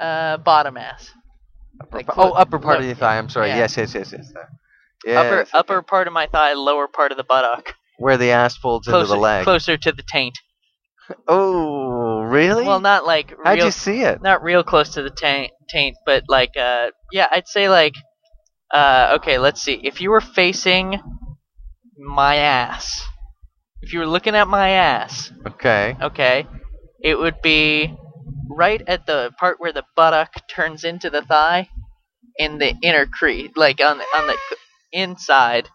B: uh, bottom ass, Like
A: oh,
B: foot-
A: upper part of
B: look,
A: your thigh. I'm sorry.
B: yeah.
A: Yes, yes, yes, yes. there. Yes.
B: upper upper part of my thigh, lower part of the buttock,
A: Where the ass folds
B: closer
A: into the leg.
B: closer to the taint.
A: Oh, really?
B: Well, not like
A: How'd
B: real
A: you see it?
B: not real close to the taint, taint but like uh yeah i'd say like uh okay let's see if you were facing my ass if you were looking at my ass
A: Okay.
B: okay it would be right at the part where the buttock turns into the thigh in the inner crease like on the, on the inside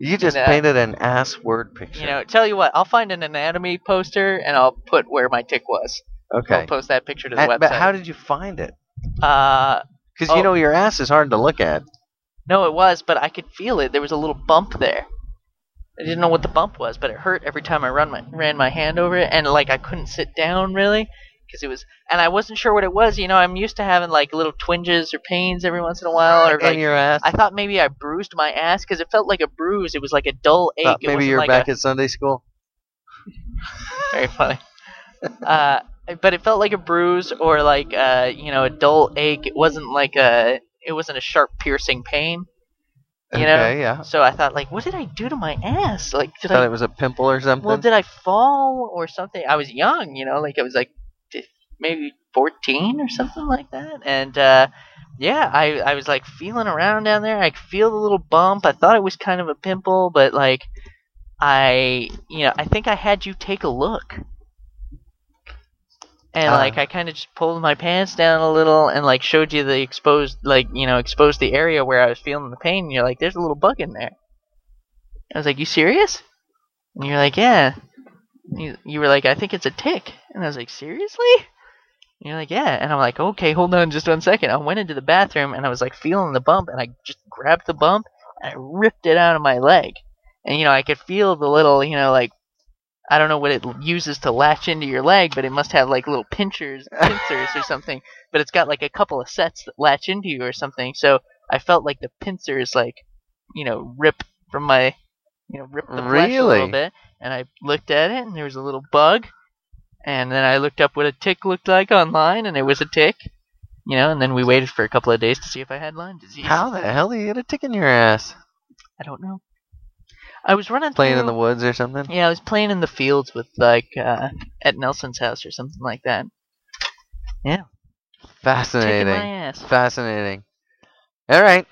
A: You just
B: know.
A: painted an ass word picture.
B: you know tell you what i'll find an anatomy poster and i'll put where my tick was
A: okay.
B: i'll post that picture to the
A: And-
B: website
A: but how did you find it?
B: uh
A: Because
B: Oh.
A: you know your ass is hard to look at.
B: No, it was, but I could feel it. There was a little bump there. I didn't know what the bump was, but it hurt every time I run my, ran my hand over it, and like I couldn't sit down really because it was, and I wasn't sure what it was. You know, I'm used to having like little twinges or pains every once in a while, or
A: in
B: Oh, like
A: your ass.
B: I thought maybe I bruised my ass because it felt like a bruise. It was like a dull ache.
A: Thought
B: It
A: maybe
B: wasn't
A: you're
B: like
A: back
B: a,
A: at Sunday school.
B: very funny. (laughs) Uh, but it felt like a bruise or like uh, you know a dull ache. It wasn't like a, it wasn't a sharp piercing pain. You know,
A: okay, yeah.
B: So I thought, like, what did I do to my ass? Like, did
A: Thought
B: I?
A: it was a pimple or something.
B: Well, did I fall or something? I was young, you know, like I was like fif- maybe fourteen or something like that. And uh, yeah, I I was like feeling around down there. I could feel the little bump. I thought it was kind of a pimple, but like I, you know, I think I had you take a look. And
A: Ah.
B: like I kind of just pulled my pants down a little and like showed you the exposed, like you know, exposed the area where I was feeling the pain. And you're like, "There's a little bug in there." I was like, "You serious?" And you're like, "Yeah." You, you were like, "I think it's a tick," and I was like, "Seriously?" And you're like, "Yeah," and I'm like, "Okay, hold on, just one second. I went into the bathroom and I was like feeling the bump, and I just grabbed the bump and I ripped it out of my leg, and you know, I could feel the little, you know, like. I don't know what it l- uses to latch into your leg, but it must have like little pinchers, pincers or something. But it's got like a couple of sets that latch into you or something. So I felt like the pincers, like you know, rip from my, you know, rip the flesh a
A: Really?
B: little bit. And I looked at it, and there was a little bug. And then I looked up what a tick looked like online, and it was a tick. You know, and then we waited for a couple of days to see if I had Lyme disease.
A: How the hell do you get a tick in your ass?
B: I don't know. I was running
A: Playing in
B: through-
A: the woods or something?
B: yeah, I was playing in the fields with like uh, at Nelson's house or something like that. Taking my
A: Fascinating.
B: ass.
A: Fascinating. All right,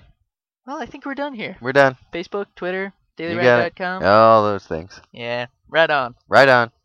B: Well, I think we're done here.
A: we're done.
B: Facebook, Twitter,
A: You got it.
B: DailyRad.com.
A: All those things.
B: Yeah, right on.
A: Right on.